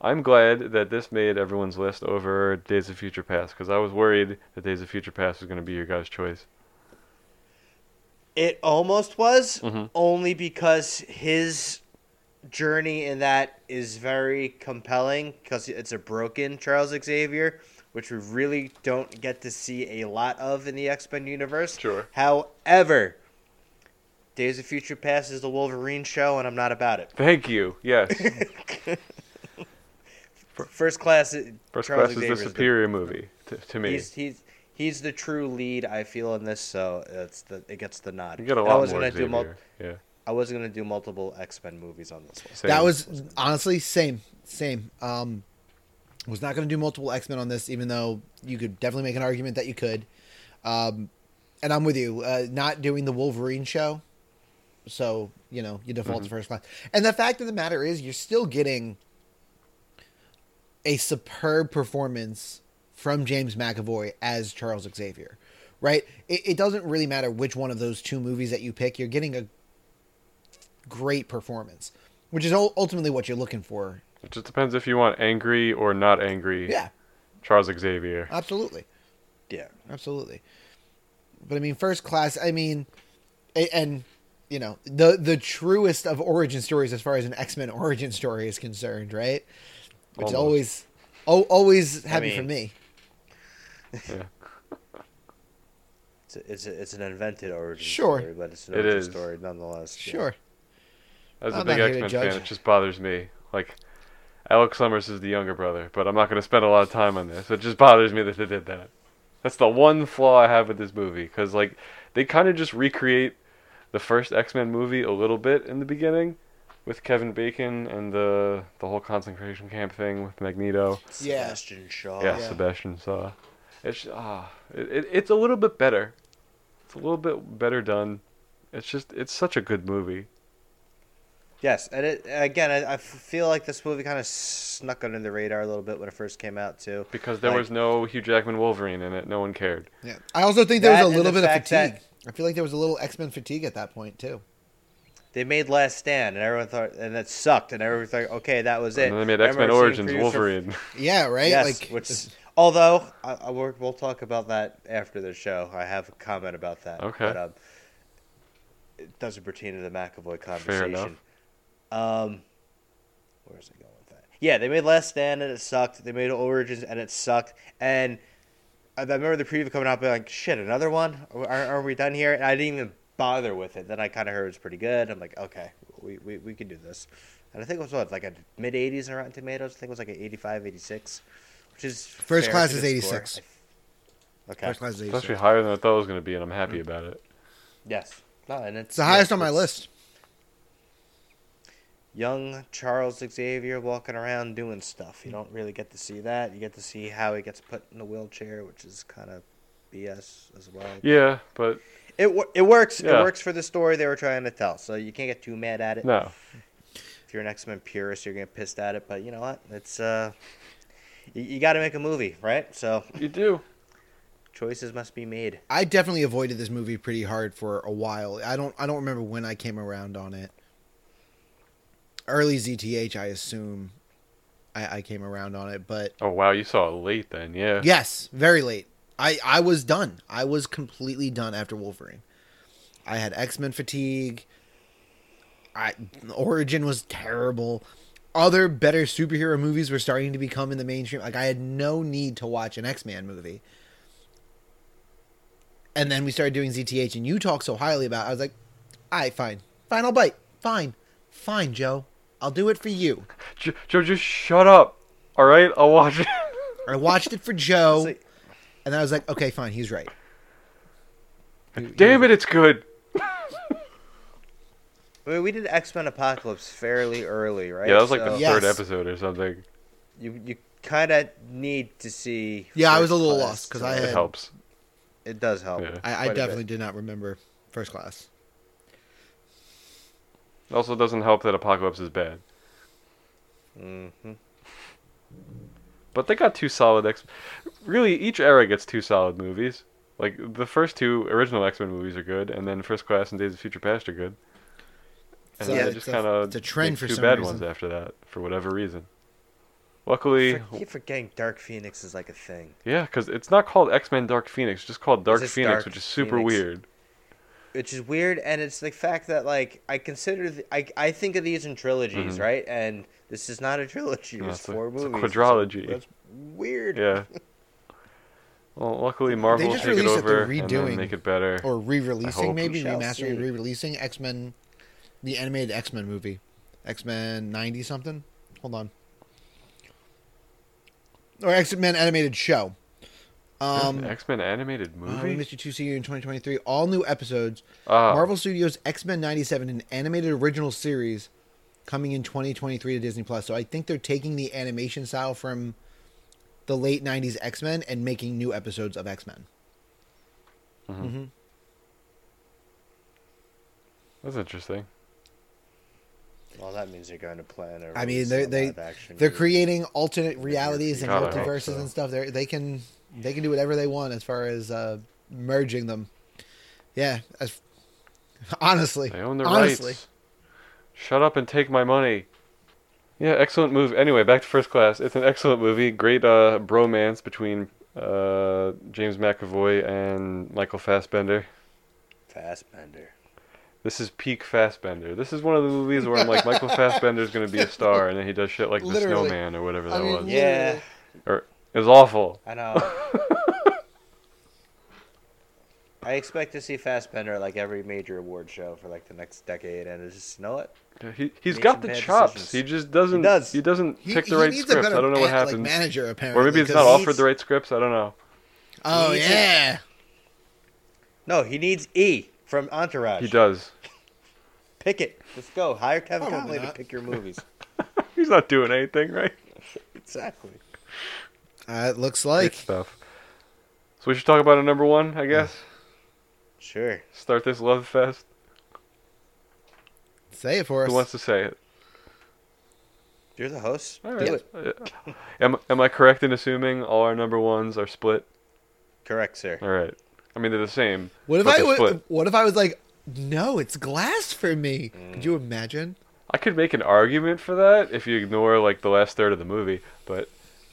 I'm glad that this made everyone's list over Days of Future Past because I was worried that Days of Future Past was going to be your guys' choice. It almost was Mhm. only because his journey in that is very compelling because it's a broken Charles Xavier, which we really don't get to see a lot of in the X Men universe. Sure. However, Days of Future Past is the Wolverine show, and I'm not about it. Thank you. <laughs> Yes. First class. uh, First Charles Class is the Xavier's the- superior movie to, to me. He's he's he's the true lead. I feel in this, so it's the it gets the nod. you get a And lot I was more gonna do mul- Xavier. yeah. I was gonna do multiple X Men movies on this one. Same. That was honestly same, same. Um, was not going to do multiple X Men on this, even though you could definitely make an argument that you could. Um, and I'm with you. Uh, not doing the Wolverine show, so you know you default to first class. And the fact of the matter is, you're still getting a superb performance from James McAvoy as Charles Xavier. Right? It, it doesn't really matter which one of those two movies that you pick. You're getting a great performance, which is ul- ultimately what you're looking for. It just depends if you want angry or not angry. Yeah, Charles Xavier. absolutely, Yeah, absolutely. But I mean, first class. I mean, a- and you know the the truest of origin stories as far as an X Men origin story is concerned, right? Which is Almost. always, oh, always happy for mean- me. Yeah. it's a, it's, a, it's an invented origin Sure. story, but it's an It origin is. story nonetheless. yeah. Sure. As a I'm big not X here to Men fan, judge. it just bothers me. Like, Alex Summers is the younger brother, but I'm not going to spend a lot of time on this. It just bothers me that they did that. That's the one flaw I have with this movie, because like they kind of just recreate the first X Men movie a little bit in the beginning, with Kevin Bacon and the the whole concentration camp thing with Magneto. Yeah. Sebastian Shaw. yeah, yeah. Sebastian Saw. It's ah, it, it, it's a little bit better. It's a little bit better done. It's just it's such a good movie. Yes, and it again, I, I f- feel like this movie kind of snuck under the radar a little bit when it first came out too. Because there Like- was no Hugh Jackman Wolverine in it, no one cared. Yeah. I also think there That was and a little the bit of fact fatigue. that- I feel like there was a little X Men fatigue at that point too. They made Last Stand, and everyone thought, and that sucked, and everyone thought, okay, that was it. And then they made I X Men remember seeing Origins previews for- <laughs> Wolverine. Yeah. Right. Yes, like which although I, I, we're, we'll talk about that after the show. I have a comment about that. Okay. But, um, it doesn't pertain to the Fair enough. McAvoy conversation. Um, where's it going with that? Yeah, they made Last Stand and it sucked. They made Origins and it sucked. And I I remember the preview coming out being like, "Shit, another one? Are, are we done here?" And I didn't even bother with it. Then I kind of heard it was pretty good. I'm like, "Okay, we, we, we can do this." And I think it was what like a mid 80s on Rotten Tomatoes. I think it was like an 85, 86, which is First fair class to is the 86. score. Okay. first class is it's actually 86. higher than I thought it was going to be, and I'm happy Hmm. about it. Yes. No, and it's, It's the highest yeah, on my it's list. Young Charles Xavier walking around doing stuff. You don't really get to see that. You get to see how he gets put in a wheelchair, which is kind of BS as well. Yeah, but It wor- it works. Yeah. It works for the story they were trying to tell. So you can't get too mad at it. no. If you're an X Men purist, you're gonna get pissed at it. But you know what? It's uh, you, you got to make a movie, right? So You do. choices must be made. I definitely avoided this movie pretty hard for a while. I don't I don't remember when I came around on it. Early ZTH, I assume, I, I came around on it, but Oh, wow, you saw it late then, yeah. yes, very late. I I was done. I was completely done after Wolverine. I had X Men fatigue. I Origin was terrible. Other better superhero movies were starting to become in the mainstream. Like I had no need to watch an X Man movie. And then we started doing ZTH, and you talked so highly about. It, I was like, "All right, fine, fine, I'll bite, fine, fine, Joe, I'll do it for you." Jo- Joe, just shut up. All right, I'll watch <laughs> it. I watched it for Joe, It's like- and then I was like, "Okay, fine, he's right." Damn it, it's good. I mean, we did X Men Apocalypse fairly early, right? Yeah, that was like the So Yeah. third Yes. episode or something. You you kind of need to see. Yeah, I was First a little Class lost 'cause to- I It had- helps. It does help. Yeah. I, I quite a definitely bit. did not remember first class. It also doesn't help that Apocalypse is bad. Mhm. But they got two solid X. Really, each era gets two solid movies. Like the first two original X Men movies are good, and then First Class and Days of Future Past are good. And So then they it's just a- kind of it's a trend for two some bad reason. ones after that for whatever reason. Luckily, For- keep forgetting Dark Phoenix is like a thing. yeah, because it's not called X Men Dark Phoenix, it's just called Dark just Phoenix, Dark which is super Phoenix. weird. which is weird, and it's the fact that like I consider the, I I think of these in trilogies, Mhm. right? And this is not a trilogy; No, it's, it's a- four it's a movies. quadrilogy. That's weird. <laughs> Yeah. Well, luckily Marvel will just take it released that over they're and redoing then make it better. or re-releasing hope. maybe We shall remastering see. re-releasing x-men the animated x-men movie x-men 90 something hold on or x-men animated show um X Men animated uh, we movie. missed you two see you in 2023 all new episodes Oh. Ah, marvel studios x-men 97 an animated original series coming in 2023 to disney plus so i think they're taking the animation style from the late 90s x-men and making new episodes of x-men mhm. Mhm. That's interesting. Well, that means they're going to plan. A I mean, release they of a they live action they're movie. creating alternate realities and God, I hope multiverses so. and stuff. They they can they can do whatever they want as far as uh, merging them. Yeah, as, <laughs> honestly, They own their honestly, rights. Shut up and take my money. Yeah, excellent move. Anyway, back to first class. It's an excellent movie. Great uh, bromance between uh, James McAvoy and Michael Fassbender. Fassbender. This is peak Fassbender. This is one of the movies where I'm like, <laughs> Michael Fassbender's gonna be a star, and then he does shit like the Literally. Snowman or whatever I that mean, was. Yeah, It was awful. <laughs> I know. I expect to see Fassbender at, like every major award show for like the next decade, and it's just you know what? Yeah, He he's Makes got some the bad chops. decisions. He just doesn't. He, does. doesn't He, pick the he right needs scripts. a better I don't know what man- like, happens. manager apparently, or maybe it's 'cause not he offered needs- the right scripts. I don't know. Oh He needs a- yeah, No, he needs E from Entourage. He does. Pick it. Let's go. Hire Kevin Probably Conley to not. pick <laughs> your movies. He's not doing anything right. exactly. uh, it looks Great like stuff. So we should talk about a number one, I guess. Sure. Start this love fest. say it for us. Who wants to say it? You're the host. All Do right. it. Yeah. Am am I correct in assuming all our number ones are split? Correct, sir. All right. I mean they're the same. what if but I they're wa- split. what if I was like, no, it's glass for me? Could Mm. you imagine? I could make an argument for that if you ignore like the last third of the movie, but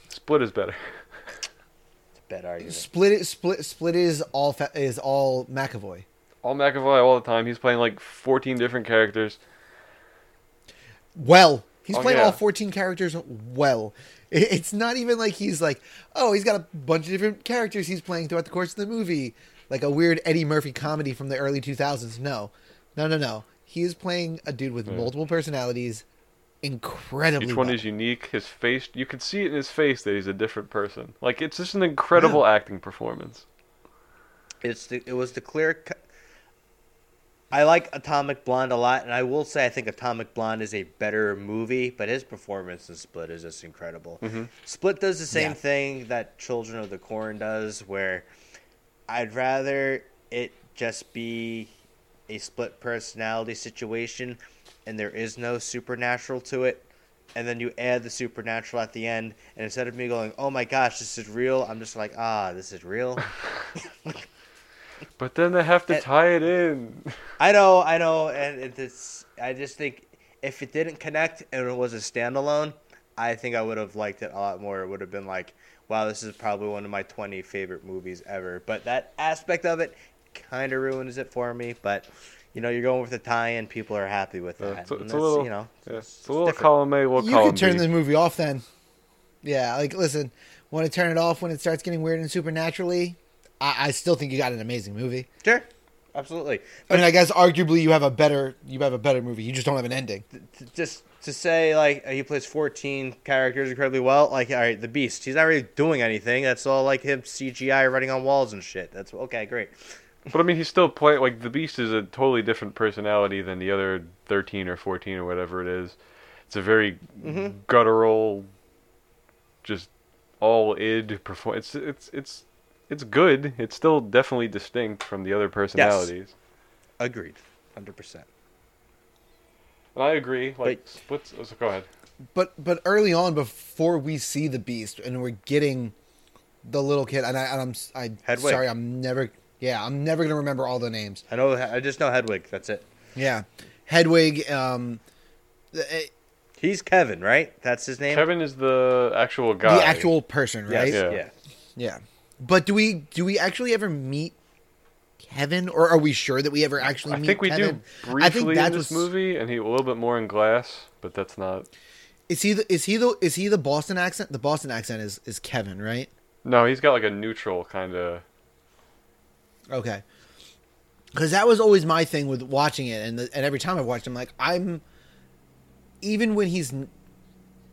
split is better. <laughs> It's a bad argument. Split it, split split is all fa- is all McAvoy. All McAvoy all the time. He's playing like 14 different characters. well. He's Oh, playing yeah. all 14 characters well. It- It's not even like he's like, oh, he's got a bunch of different characters he's playing throughout the course of the movie, like a weird Eddie Murphy comedy from the early 2000s. No, no, no, no. He is playing a dude with multiple personalities, incredibly. Hmm. Each one well. is unique. His face, you can see it in his face that he's a different person. Like it's just an incredible acting performance. It's the, it was the clear. Cu- I like Atomic Blonde a lot, and I will say I think Atomic Blonde is a better movie, but his performance in Split is just incredible. Split does the same Yeah. thing that Children of the Corn does, where I'd rather it just be a split personality situation and there is no supernatural to it. And then you add the supernatural at the end, and instead of me going, oh my gosh, this is real, I'm just like, ah, this is real. But then they have to It- tie it in. I know, I know, and it- it's. I just think if it didn't connect and it was a standalone, I think I would have liked it a lot more. It would have been like, wow, this is probably one of my 20 favorite movies ever. But that aspect of it kind of ruins it for me. But you know, you're going with the tie-in. People are happy with Yeah, that. <laughs> it's, a- and it's a that's, little, you know, yeah, it's- it's it's a little different. column A, little You column could turn B. the movie off then. Yeah, like listen, want to turn it off when it starts getting weird and supernaturally? I, I still think you got an amazing movie. Sure, absolutely. I mean, I guess arguably you have a better you have a better movie. You just don't have an ending. to- just to say like he plays 14 characters incredibly well like all right the beast he's not really doing anything that's all like him cgi running on walls and shit that's okay great But I mean, he's still playing. Like the Beast is a totally different personality than the other 13 or 14 or whatever it is. It's a very Mm-hmm. guttural, just all id perform. It's it's it's it's good. It's still definitely distinct from the other personalities. agreed 100% And I agree. Like But- splits. So go ahead. But but early on, before we see the beast, and we're getting the little kid, and, I, and I'm s- I Hedwig. sorry, I'm never yeah, I'm never gonna remember all the names. i know i just know hedwig that's it Yeah, Hedwig. Um, the, eh, he's kevin right that's his name Kevin is the actual guy. the actual person, right? yes Yeah. yeah Yeah. But do we do we actually ever meet Kevin, or are we sure that we ever actually I meet think we Kevin? do I think briefly in that's this what's- movie, and he a little bit more in Glass, but that's not. Is he the is he the is he the Boston accent? The Boston accent is is Kevin, right? No, he's got like a neutral kind of. Okay. Because that was always my thing with watching it, and the, and every time I've watched him, like I'm, even when he's n-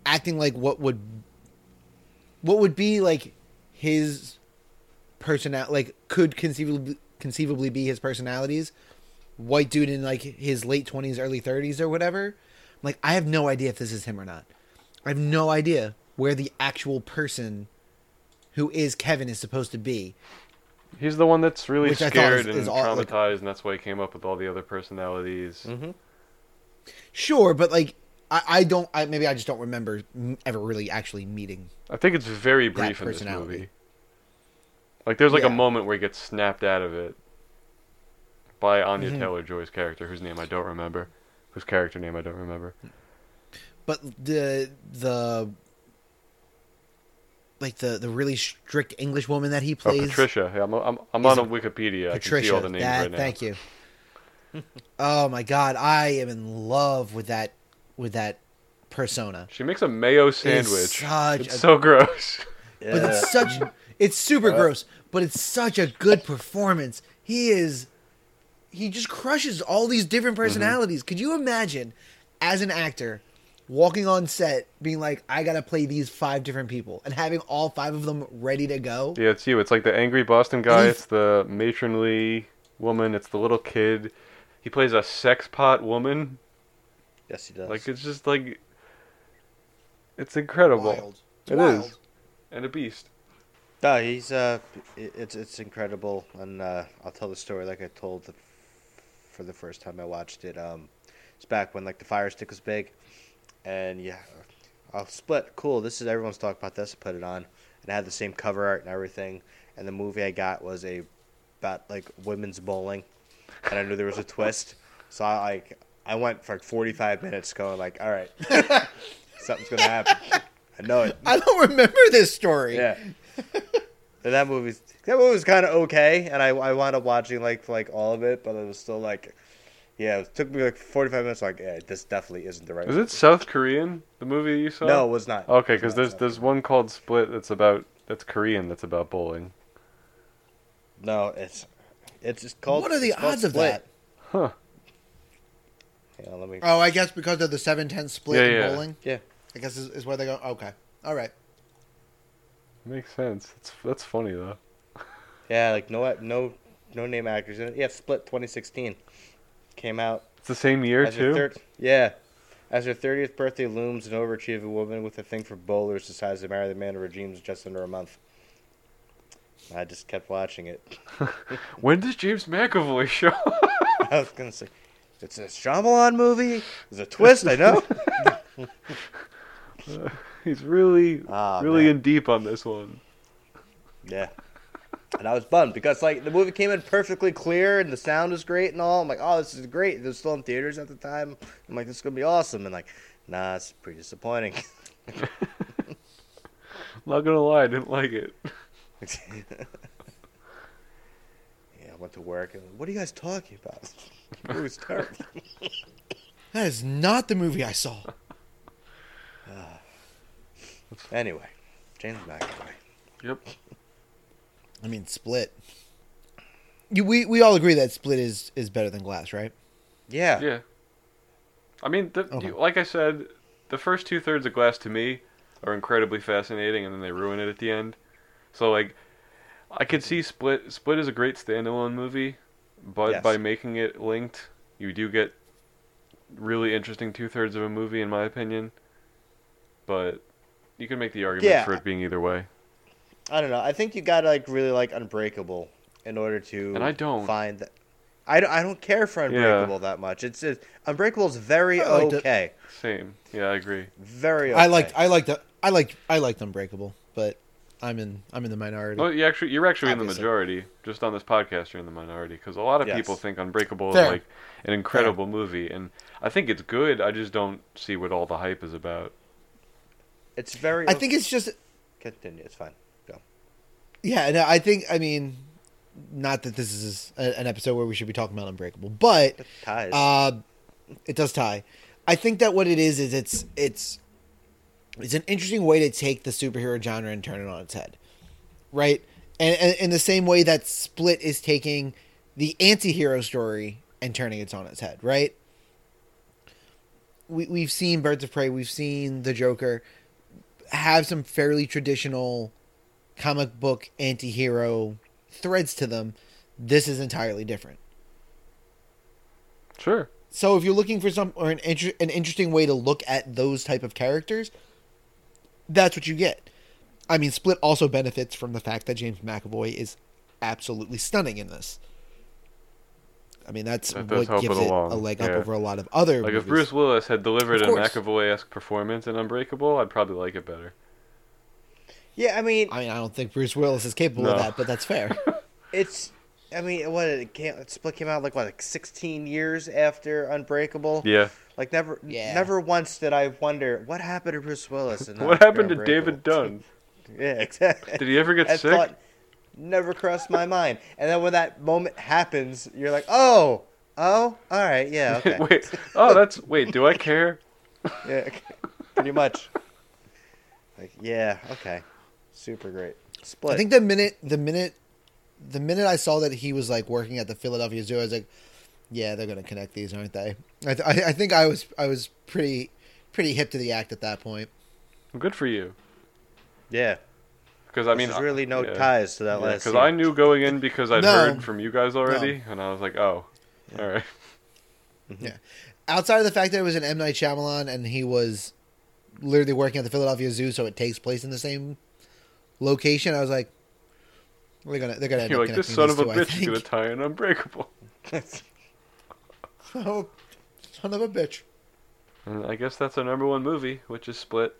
acting like what would, what would be like his personality, like could conceivably conceivably be his personalities, white dude in like his late twenties, early thirties, or whatever. I'm like I have no idea if this is him or not. I have no idea where the actual person, who is Kevin, is supposed to be. He's the one that's really Which I thought scared is- and is all- like- traumatized, and that's why he came up with all the other personalities. Mm-hmm. Sure, but like I, I don't. I, maybe I just don't remember m- ever really actually meeting. I think it's very brief in this personality. movie. Like, there's like a Yeah. moment where he gets snapped out of it by Anya Mhm. Taylor Joy's character, whose name I don't remember, whose character name I don't remember. But the the like the the really strict English woman that he Oh, plays, Patricia. Yeah, I'm I'm, I'm is on a- a Wikipedia. I can see Patricia. all the names that, right now. Thank you. <laughs> oh my god, I am in love with that with that persona. She makes a mayo It is sandwich. such It's a- so gross. <laughs> Yeah. Uh, but it's such it's super gross but it's such a good performance he is he just crushes all these Mm-hmm. different personalities could you imagine as an actor walking on set being like i gotta play these five different people and having all five of them ready to go Yeah, it's you. It's like the angry Boston guy. he's- It's the matronly woman. It's the little kid. He plays a sex pot woman. yes, he does. Like it's just like it's incredible It's It is. wild. and a beast. no, he's uh, it- it's it's incredible, and uh, I'll tell the story like I told the, for the first time I watched it. Um, it's back when like the fire stick was big, and yeah, I'll split. Cool, this is everyone's talking about this. Put it on, and I had the same cover art and everything. And the movie I got was a about like women's bowling, and I knew there was a twist, so I like I went for like 45 minutes going like, all right, <laughs> something's gonna happen. I know it. i don't remember this story Yeah. <laughs> and that movie's that movie was kind of okay, and I I wound up watching like like all of it, but it was still like, yeah, it took me like forty five minutes. Like, yeah, this definitely isn't the right. Is it South Korean? The movie you saw? No, it was not. Okay, because there's there's one called Split that's about that's Korean that's about bowling. no, it's it's just called. what are the it's called odds of Split. that Huh. Yeah, let me. oh i guess because of the 710 split Yeah, in yeah. bowling Yeah. i guess is, is where they go okay all right Makes sense. That's that's funny though. Yeah, like no no no name actors in it. Yeah, Split twenty sixteen came out It's the same year As her too. thir- yeah. As her 30th birthday looms, an overachieving woman with a thing for bowlers decides to marry the man of her dreams just under a month. I just kept watching it. <laughs> When does James McAvoy show? up? I was going to say, it's a Shyamalan movie? There's a twist, I know. <laughs> He's really Ah, really man. in deep on this one. yeah. And I was bummed because, like, the movie came in perfectly clear and the sound was great and all. I'm like, oh, this is great. It was still in theaters at the time. I'm like, this is going to be awesome. And, like, nah, it's pretty disappointing. <laughs> Not gonna lie, I didn't like it. yeah, I went to work and what are you guys talking about? <laughs> it was terrible. that is not the movie i saw anyway, James McAvoy. Yep. I mean, Split. You, we we all agree that Split is is better than Glass, right? Yeah. Yeah. I mean, the, Okay. you- like I said, the first two thirds of Glass to me are incredibly fascinating, and then they ruin it at the end. So like, I could see Split. Split is a great standalone movie, but Yes. by making it linked, you do get really interesting two thirds of a movie, in my opinion. But you can make the argument Yeah. for it being either way. I don't know. I think you gotta like really like Unbreakable in order to And I don't. find that. I don't, I don't care for Unbreakable that much. It's just, Unbreakable is very I liked it. okay. Same. Yeah, I agree. Very okay. I liked I liked I liked I liked Unbreakable, but I'm in I'm in the minority. Well, you actually, you're actually in the Obviously. majority. Just on this podcast, you're in the minority because a lot of Yes. people think Unbreakable Fair. is like an incredible movie, and I think it's good. I just don't see what all the hype is about. It's very. I think it's just Continue. It's fine. Go. yeah. No, I think I mean not that this is a, an episode where we should be talking about Unbreakable, but Ties. uh, it does tie. I think that what it is is it's it's it's an interesting way to take the superhero genre and turn it on its head, right? And, and in the same way that Split is taking the anti-hero story and turning it on its head, right? We we've seen Birds of Prey, we've seen The Joker have some fairly traditional comic book anti-hero threads to them. This is entirely different. Sure. So if you're looking for some or an inter- an interesting way to look at those type of characters, that's what you get. I mean, Split also benefits from the fact that James McAvoy is absolutely stunning in this. I mean, that's That does what help gives it it along, a leg yeah. up over a lot of other. Like if movies. Bruce Willis had delivered Of an course. McAvoy-esque performance in Unbreakable, I'd probably like it better. yeah, I mean, I mean, I don't think Bruce Willis is capable of No. that, but that's <laughs> fair. it's. I mean, what it came, Split came out like what, like 16 years after Unbreakable. Yeah. Like never, Yeah. never once did I wonder what happened to Bruce <laughs> Willis. And What happened to David Dunn? <laughs> Yeah, exactly. Did he ever get That sick? thought never crossed my mind. And then when that moment happens, you're like, oh, oh, all <laughs> right, yeah, okay, wait. Oh, that's wait. Do I care? <laughs> yeah, okay. pretty much. Like, yeah, okay, super great. Split. I think the minute the minute the minute I saw that he was like working at the Philadelphia Zoo, I was like, "Yeah, they're gonna connect these, aren't they?" I, th- I, I think I was I was pretty pretty hip to the act at that point. Good for you. yeah, Because I mean, there's really no yeah. ties to that last. Because scene. I knew going in because I'd No. heard from you guys already, and I was like, oh, all right. Outside of the fact that it was an M Night Shyamalan and he was literally working at the Philadelphia Zoo, so it takes place in the same location, I was like, "They're gonna they're gonna end You're up like, this connecting son of a these two, I bitch is think." gonna tie in Unbreakable. <laughs> oh, son of a bitch." And I guess that's our number one movie, which is Split.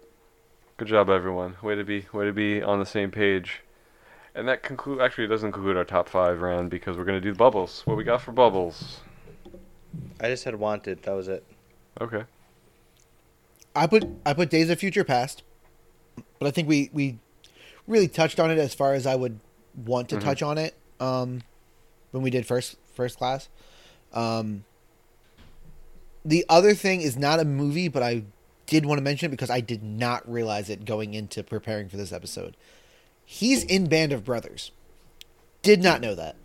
Good job, everyone. Way to be, way to be on the same page. And that conclude. Actually, it doesn't conclude our top five round because we're gonna do bubbles. What we got for bubbles? <laughs> I just had wanted. That was it. Okay. I put I put Days of Future Past, but I think we we really touched on it as far as I would want to touch on it um, when we did first first class. Um, the other thing is not a movie, but I did want to mention it because I did not realize it going into preparing for this episode. He's in Band of Brothers. Did not know that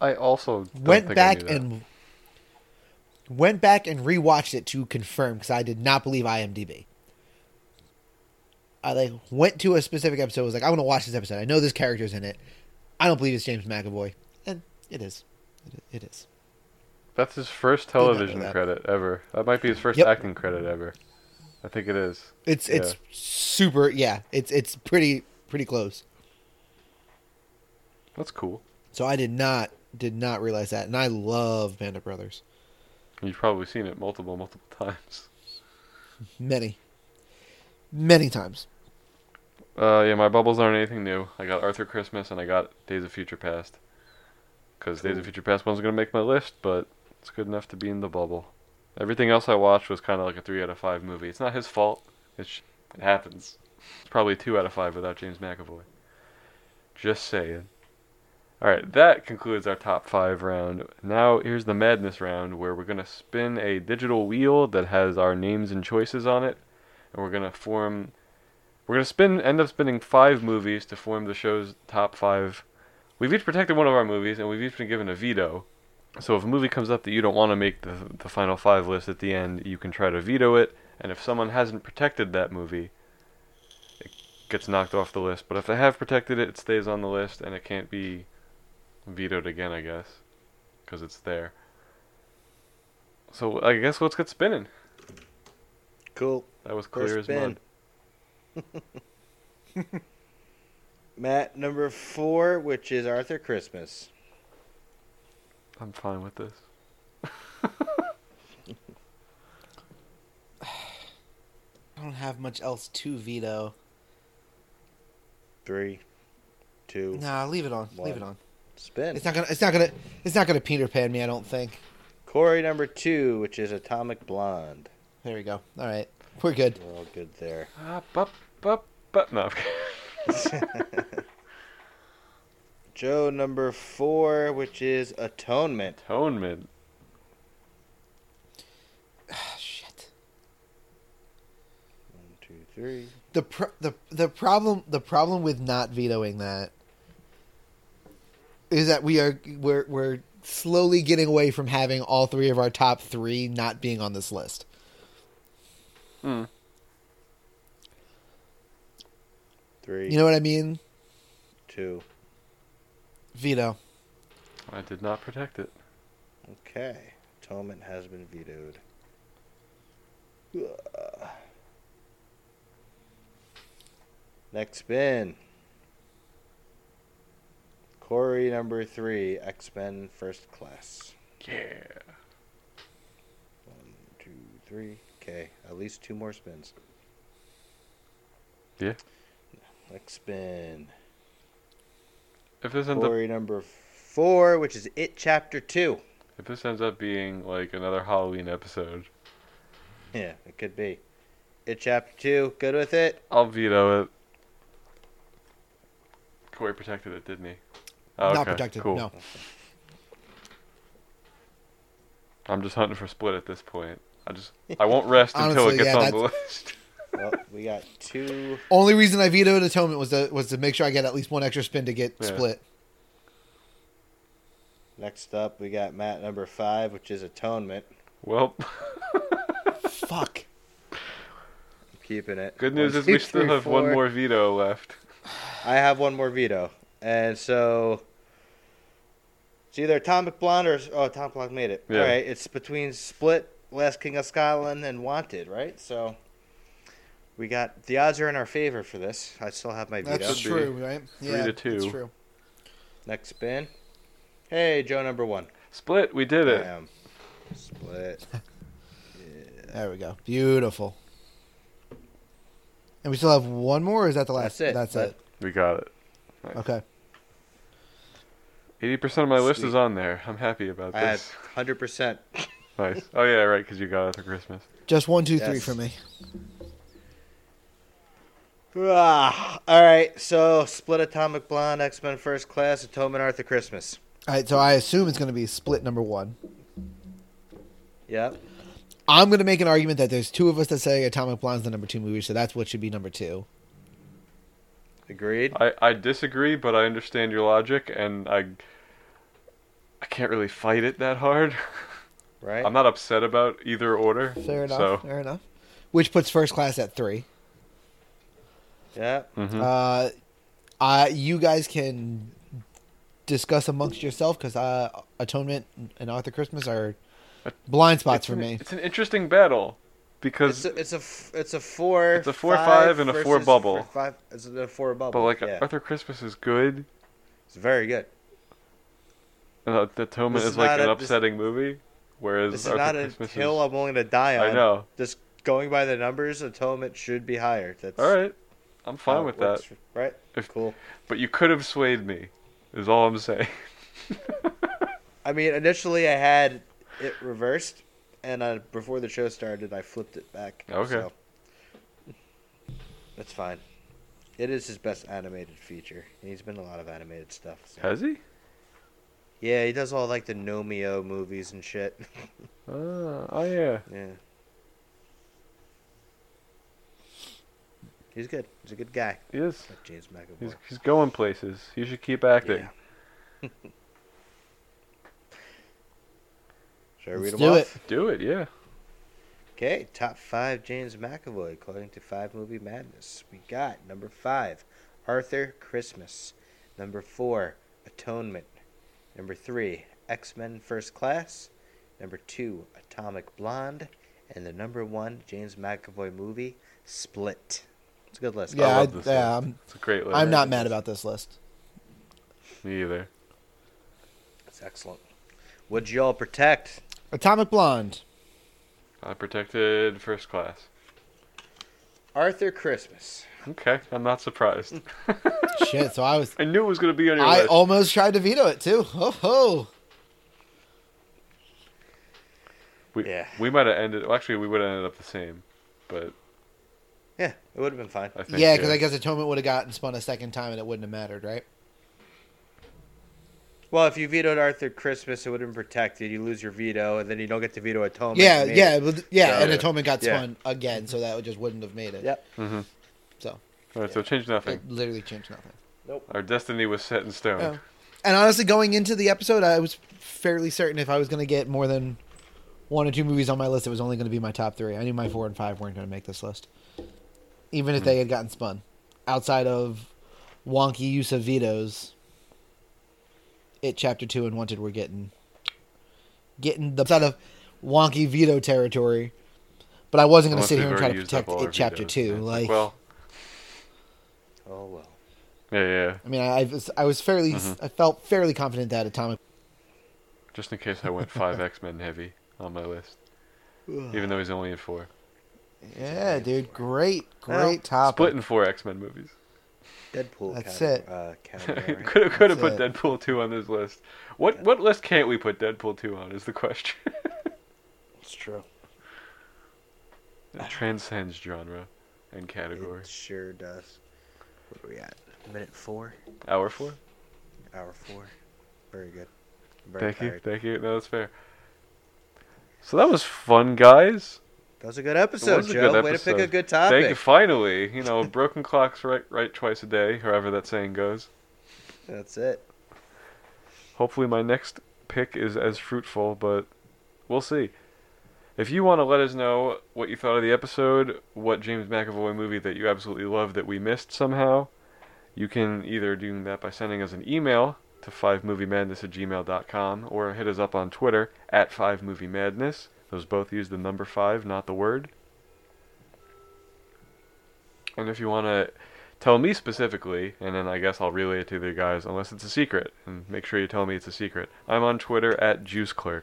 I also don't went think I back knew that. and went back and rewatched it to confirm because I did not believe IMDb. I like went to a specific episode. Was like, I want to watch this episode. I know this character's in it. I don't believe it's James McAvoy, and it is. It, it is. That's his first not know television that. credit ever. That might be his first Yep. acting credit ever. I think it is. It's it's super. Yeah, it's it's pretty pretty close. That's cool. So I did not did not realize that, and I love Band of Brothers. You've probably seen it multiple, multiple <laughs> times. Many, many times. Uh, yeah, my bubbles aren't anything new. I got Arthur Christmas and I got Days of Future Past. Because Days of Future Past wasn't going to make my list, but it's good enough to be in the bubble. Everything else I watched was kind of like a 3 out of 5 movie. It's not his fault. It's, sh- it happens. It's probably 2 out of 5 without James McAvoy. Just saying. Alright, that concludes our top 5 round. Now, here's the madness round where we're going to spin a digital wheel that has our names and choices on it. And we're going to form we're gonna spin end up spinning five movies to form the show's top five. We've each protected one of our movies, and we've each been given a veto. So if a movie comes up that you don't want to make the the final five list at the end, you can try to veto it. And if someone hasn't protected that movie, it gets knocked off the list. But if they have protected it, it stays on the list, and it can't be vetoed again, I guess, because it's there. So I guess let's get spinning. Cool. That was First clear as spin. mud. <laughs> Matt number four, which is Arthur Christmas. I'm fine with this. I don't have much else to veto. Three, two, Nah, leave it on. Leave it on. spin. It's not gonna. It's not gonna. It's not gonna Peter Pan me. I don't think. Corey number two, which is Atomic Blonde. There we go. All right, we're good. We're all good there. Ah, bup, bup, bup. No. I'm kidding. Joe number four, which is Atonement. Atonement. Ah, shit. One, two, three. The pro- the the problem the problem with not vetoing that is that we are we're we're slowly getting away from having all three of our top three not being on this list. Hmm. Three, You know what I mean? two. Veto. I did not protect it. Okay. Atonement has been vetoed. Ugh. Next spin. Corey number three, X Men First Class. Yeah. One, two, three. Okay, at least two more spins. Yeah. Next spin. If this ends up Corey number four, which is It Chapter Two. <laughs> if this ends up being like another Halloween episode, Yeah, it could be. It Chapter Two. Good with it. I'll veto it. Corey protected it, didn't he? Oh, not okay, protected. Cool. No. I'm just hunting for split at this point. I just I won't rest until it Honestly, gets yeah, on the list. <laughs> Well, we got two. Only reason I vetoed Atonement was to was to make sure I get at least one extra spin to get Yeah. split. Next up, we got Matt number five, which is Atonement. well, Fuck. I'm keeping it. good news One, is we two, still three, have one four. more veto left. I have one more veto, and so it's either Atomic Blonde or oh, Atomic Blonde made it. Yeah. All right, it's between Split, Last King of Scotland, and Wanted, right? So we got the odds are in our favor for this. I still have my veto. That's Should be. true, right? Three yeah, to two. That's true. Next spin. Hey, Joe, number one. Split, we did it. Damn. Split. There we go. Beautiful. And we still have one more, or is that the last? That's it. That's That- it. We got it. Okay. Eighty percent of my list is Sweet. on there. I'm happy about I had this. hundred percent. Nice. Oh yeah, right, because you got it for Christmas. Just one, two, three Yes. for me. Ah, all right, so Split, Atomic Blonde, X Men First Class, Atonement, Arthur Christmas. All right, so I assume it's going to be split number one. Yep. I'm going to make an argument that there's two of us that say Atomic Blonde's the number two movie, so that's what should be number two. Agreed. I, I disagree, but I understand your logic, and I I can't really fight it that hard. Right. I'm not upset about either order. Fair enough. So Fair enough. Which puts First Class at three. Yeah. mhm. Uh, I you guys can discuss amongst yourself because uh, Atonement and Arthur Christmas are blind spots It's for an- me. It's an interesting battle because It's a, it's a f- it's a four. It's a four, five, and a four versus bubble. four, five. It's a four bubble. but like yeah. Arthur Christmas is good, it's very good. and uh, the Atonement This is is like not an a- this- upsetting movie, whereas This is Arthur not a Christmas hill is. I'm willing to die on. I know. Just going by the numbers, atonement should be higher. That's All right, I'm how fine it with that. works, Right. If- cool. But you could have swayed me. Is all I'm <laughs> saying. I mean, initially I had it reversed, and I, before the show started, I flipped it back. Okay. So. That's fine. It is his best animated feature. and He's been in a lot of animated stuff. so. Has he? Yeah, he does all like the Nomeo movies and shit. <laughs> Uh, oh yeah. Yeah. He's good. He's a good guy. He is. Like James McAvoy. He's, he's going places. You should keep acting. Yeah. Should I read Let's him do off? it. Do it, yeah. Okay, top five James McAvoy according to Five Movie Madness. We got number five, Arthur Christmas. Number four, Atonement. Number three, X Men First Class. Number two, Atomic Blonde. And the number one James McAvoy movie, Split. It's a good list. Oh, Yeah, love I, this yeah, list. I'm, It's a great list. I'm not mad about this list. me either. It's excellent. Would you all protect? Atomic Blonde. I protected first class. Arthur Christmas. Okay, I'm not surprised. Shit. So I was. I knew it was going to be on your I list. almost tried to veto it too. Oh ho! we, yeah. we might have ended. Well, actually, we would have ended up the same, but Yeah, it would have been fine. I think Yeah, because I guess Atonement would have gotten spun a second time and it wouldn't have mattered, right? Well, if you vetoed Arthur Christmas, it would have been protected. You lose your veto, and then you don't get to veto Atonement. yeah, Maybe. yeah, but- yeah. So- and Atonement got Yeah. spun again, so that would just wouldn't have made it. Yep. Mm-hmm. So All right, so change nothing. it literally changed nothing. Our destiny was set in stone. Yeah. And honestly, going into the episode, I was fairly certain if I was going to get more than one or two movies on my list, it was only going to be my top three. I knew my four and five weren't going to make this list, even if they had gotten spun. Outside of wonky use of vetoes, it chapter two and wanted were getting getting the out of wonky veto territory. But I wasn't going Unless to sit we've here and try to already used up protect all it our chapter vetoes. two. It's Like, well, Oh well. yeah, yeah. I mean, I, I was I was fairly Mm-hmm. I felt fairly confident that Atomic Just in case I went five <laughs> X Men heavy on my list, even though he's only in four. Yeah, dude, great, great Well, topic. Split in four X Men movies. <laughs> Deadpool. That's kind it. <laughs> Of, uh, category. could have could have put That's it. Deadpool two on this list. What what list can't we put Deadpool two on? Is the question. <laughs> it's true. it transcends genre and category. It sure does. What are we at? Minute four. Hour four. Hour four. Very good. I'm very Thank you, tired. thank you. No, that's fair. So that was fun, guys. That was a good episode, was a Joe. good Way to pick a episode. good Thank you. topic. Finally, you know, broken clocks right right twice a day, however that saying goes. That's it. Hopefully, my next pick is as fruitful, but we'll see. If you want to let us know what you thought of the episode, what James McAvoy movie that you absolutely love that we missed somehow, you can either do that by sending us an email to 5moviemadness at gmail.com or hit us up on Twitter at 5moviemadness. Those both use the number 5, not the word. And if you want to tell me specifically, and then I guess I'll relay it to the guys, unless it's a secret. And make sure you tell me it's a secret. I'm on Twitter at JuiceClerk.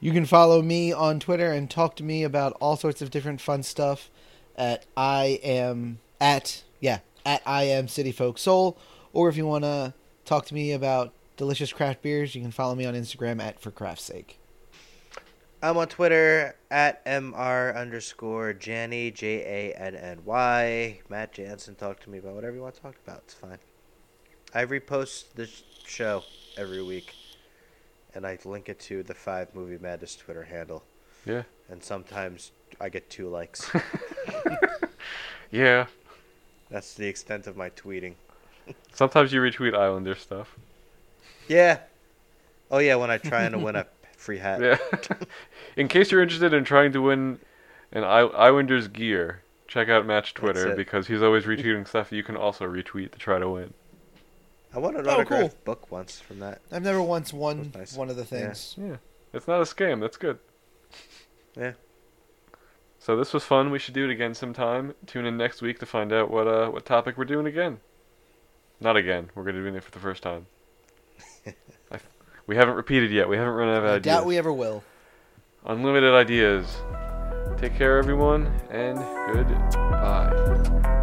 You can follow me on Twitter and talk to me about all sorts of different fun stuff at I am at yeah at I am City Folk Soul. Or if you want to talk to me about delicious craft beers, you can follow me on Instagram at for craft's sake. I'm on Twitter at mr underscore Janny J A N N Y. Matt Jansen, talk to me about whatever you want to talk about. It's fine. I repost this show every week, and I link it to the Five Movie Madness Twitter handle. Yeah. And sometimes I get two <laughs> likes. Yeah. That's the extent of my tweeting. Sometimes you retweet Islander stuff. Yeah. Oh yeah, when I try <laughs> to win a free hat. <laughs> Yeah. in case you're interested in trying to win an I- Islanders gear, check out Match Twitter it. because he's always retweeting stuff you can also retweet to try to win. I won an Oh, autographed book once from that. I've never once won That's nice. one of the things. Yeah. It's not a scam. That's good. Yeah. So this was fun. We should do it again sometime. Tune in next week to find out what uh what topic we're doing again. Not again. We're gonna do it for the first <laughs> time. I, we haven't repeated yet. We haven't run out of I ideas. doubt we ever will. Unlimited ideas. Take care, everyone, and goodbye.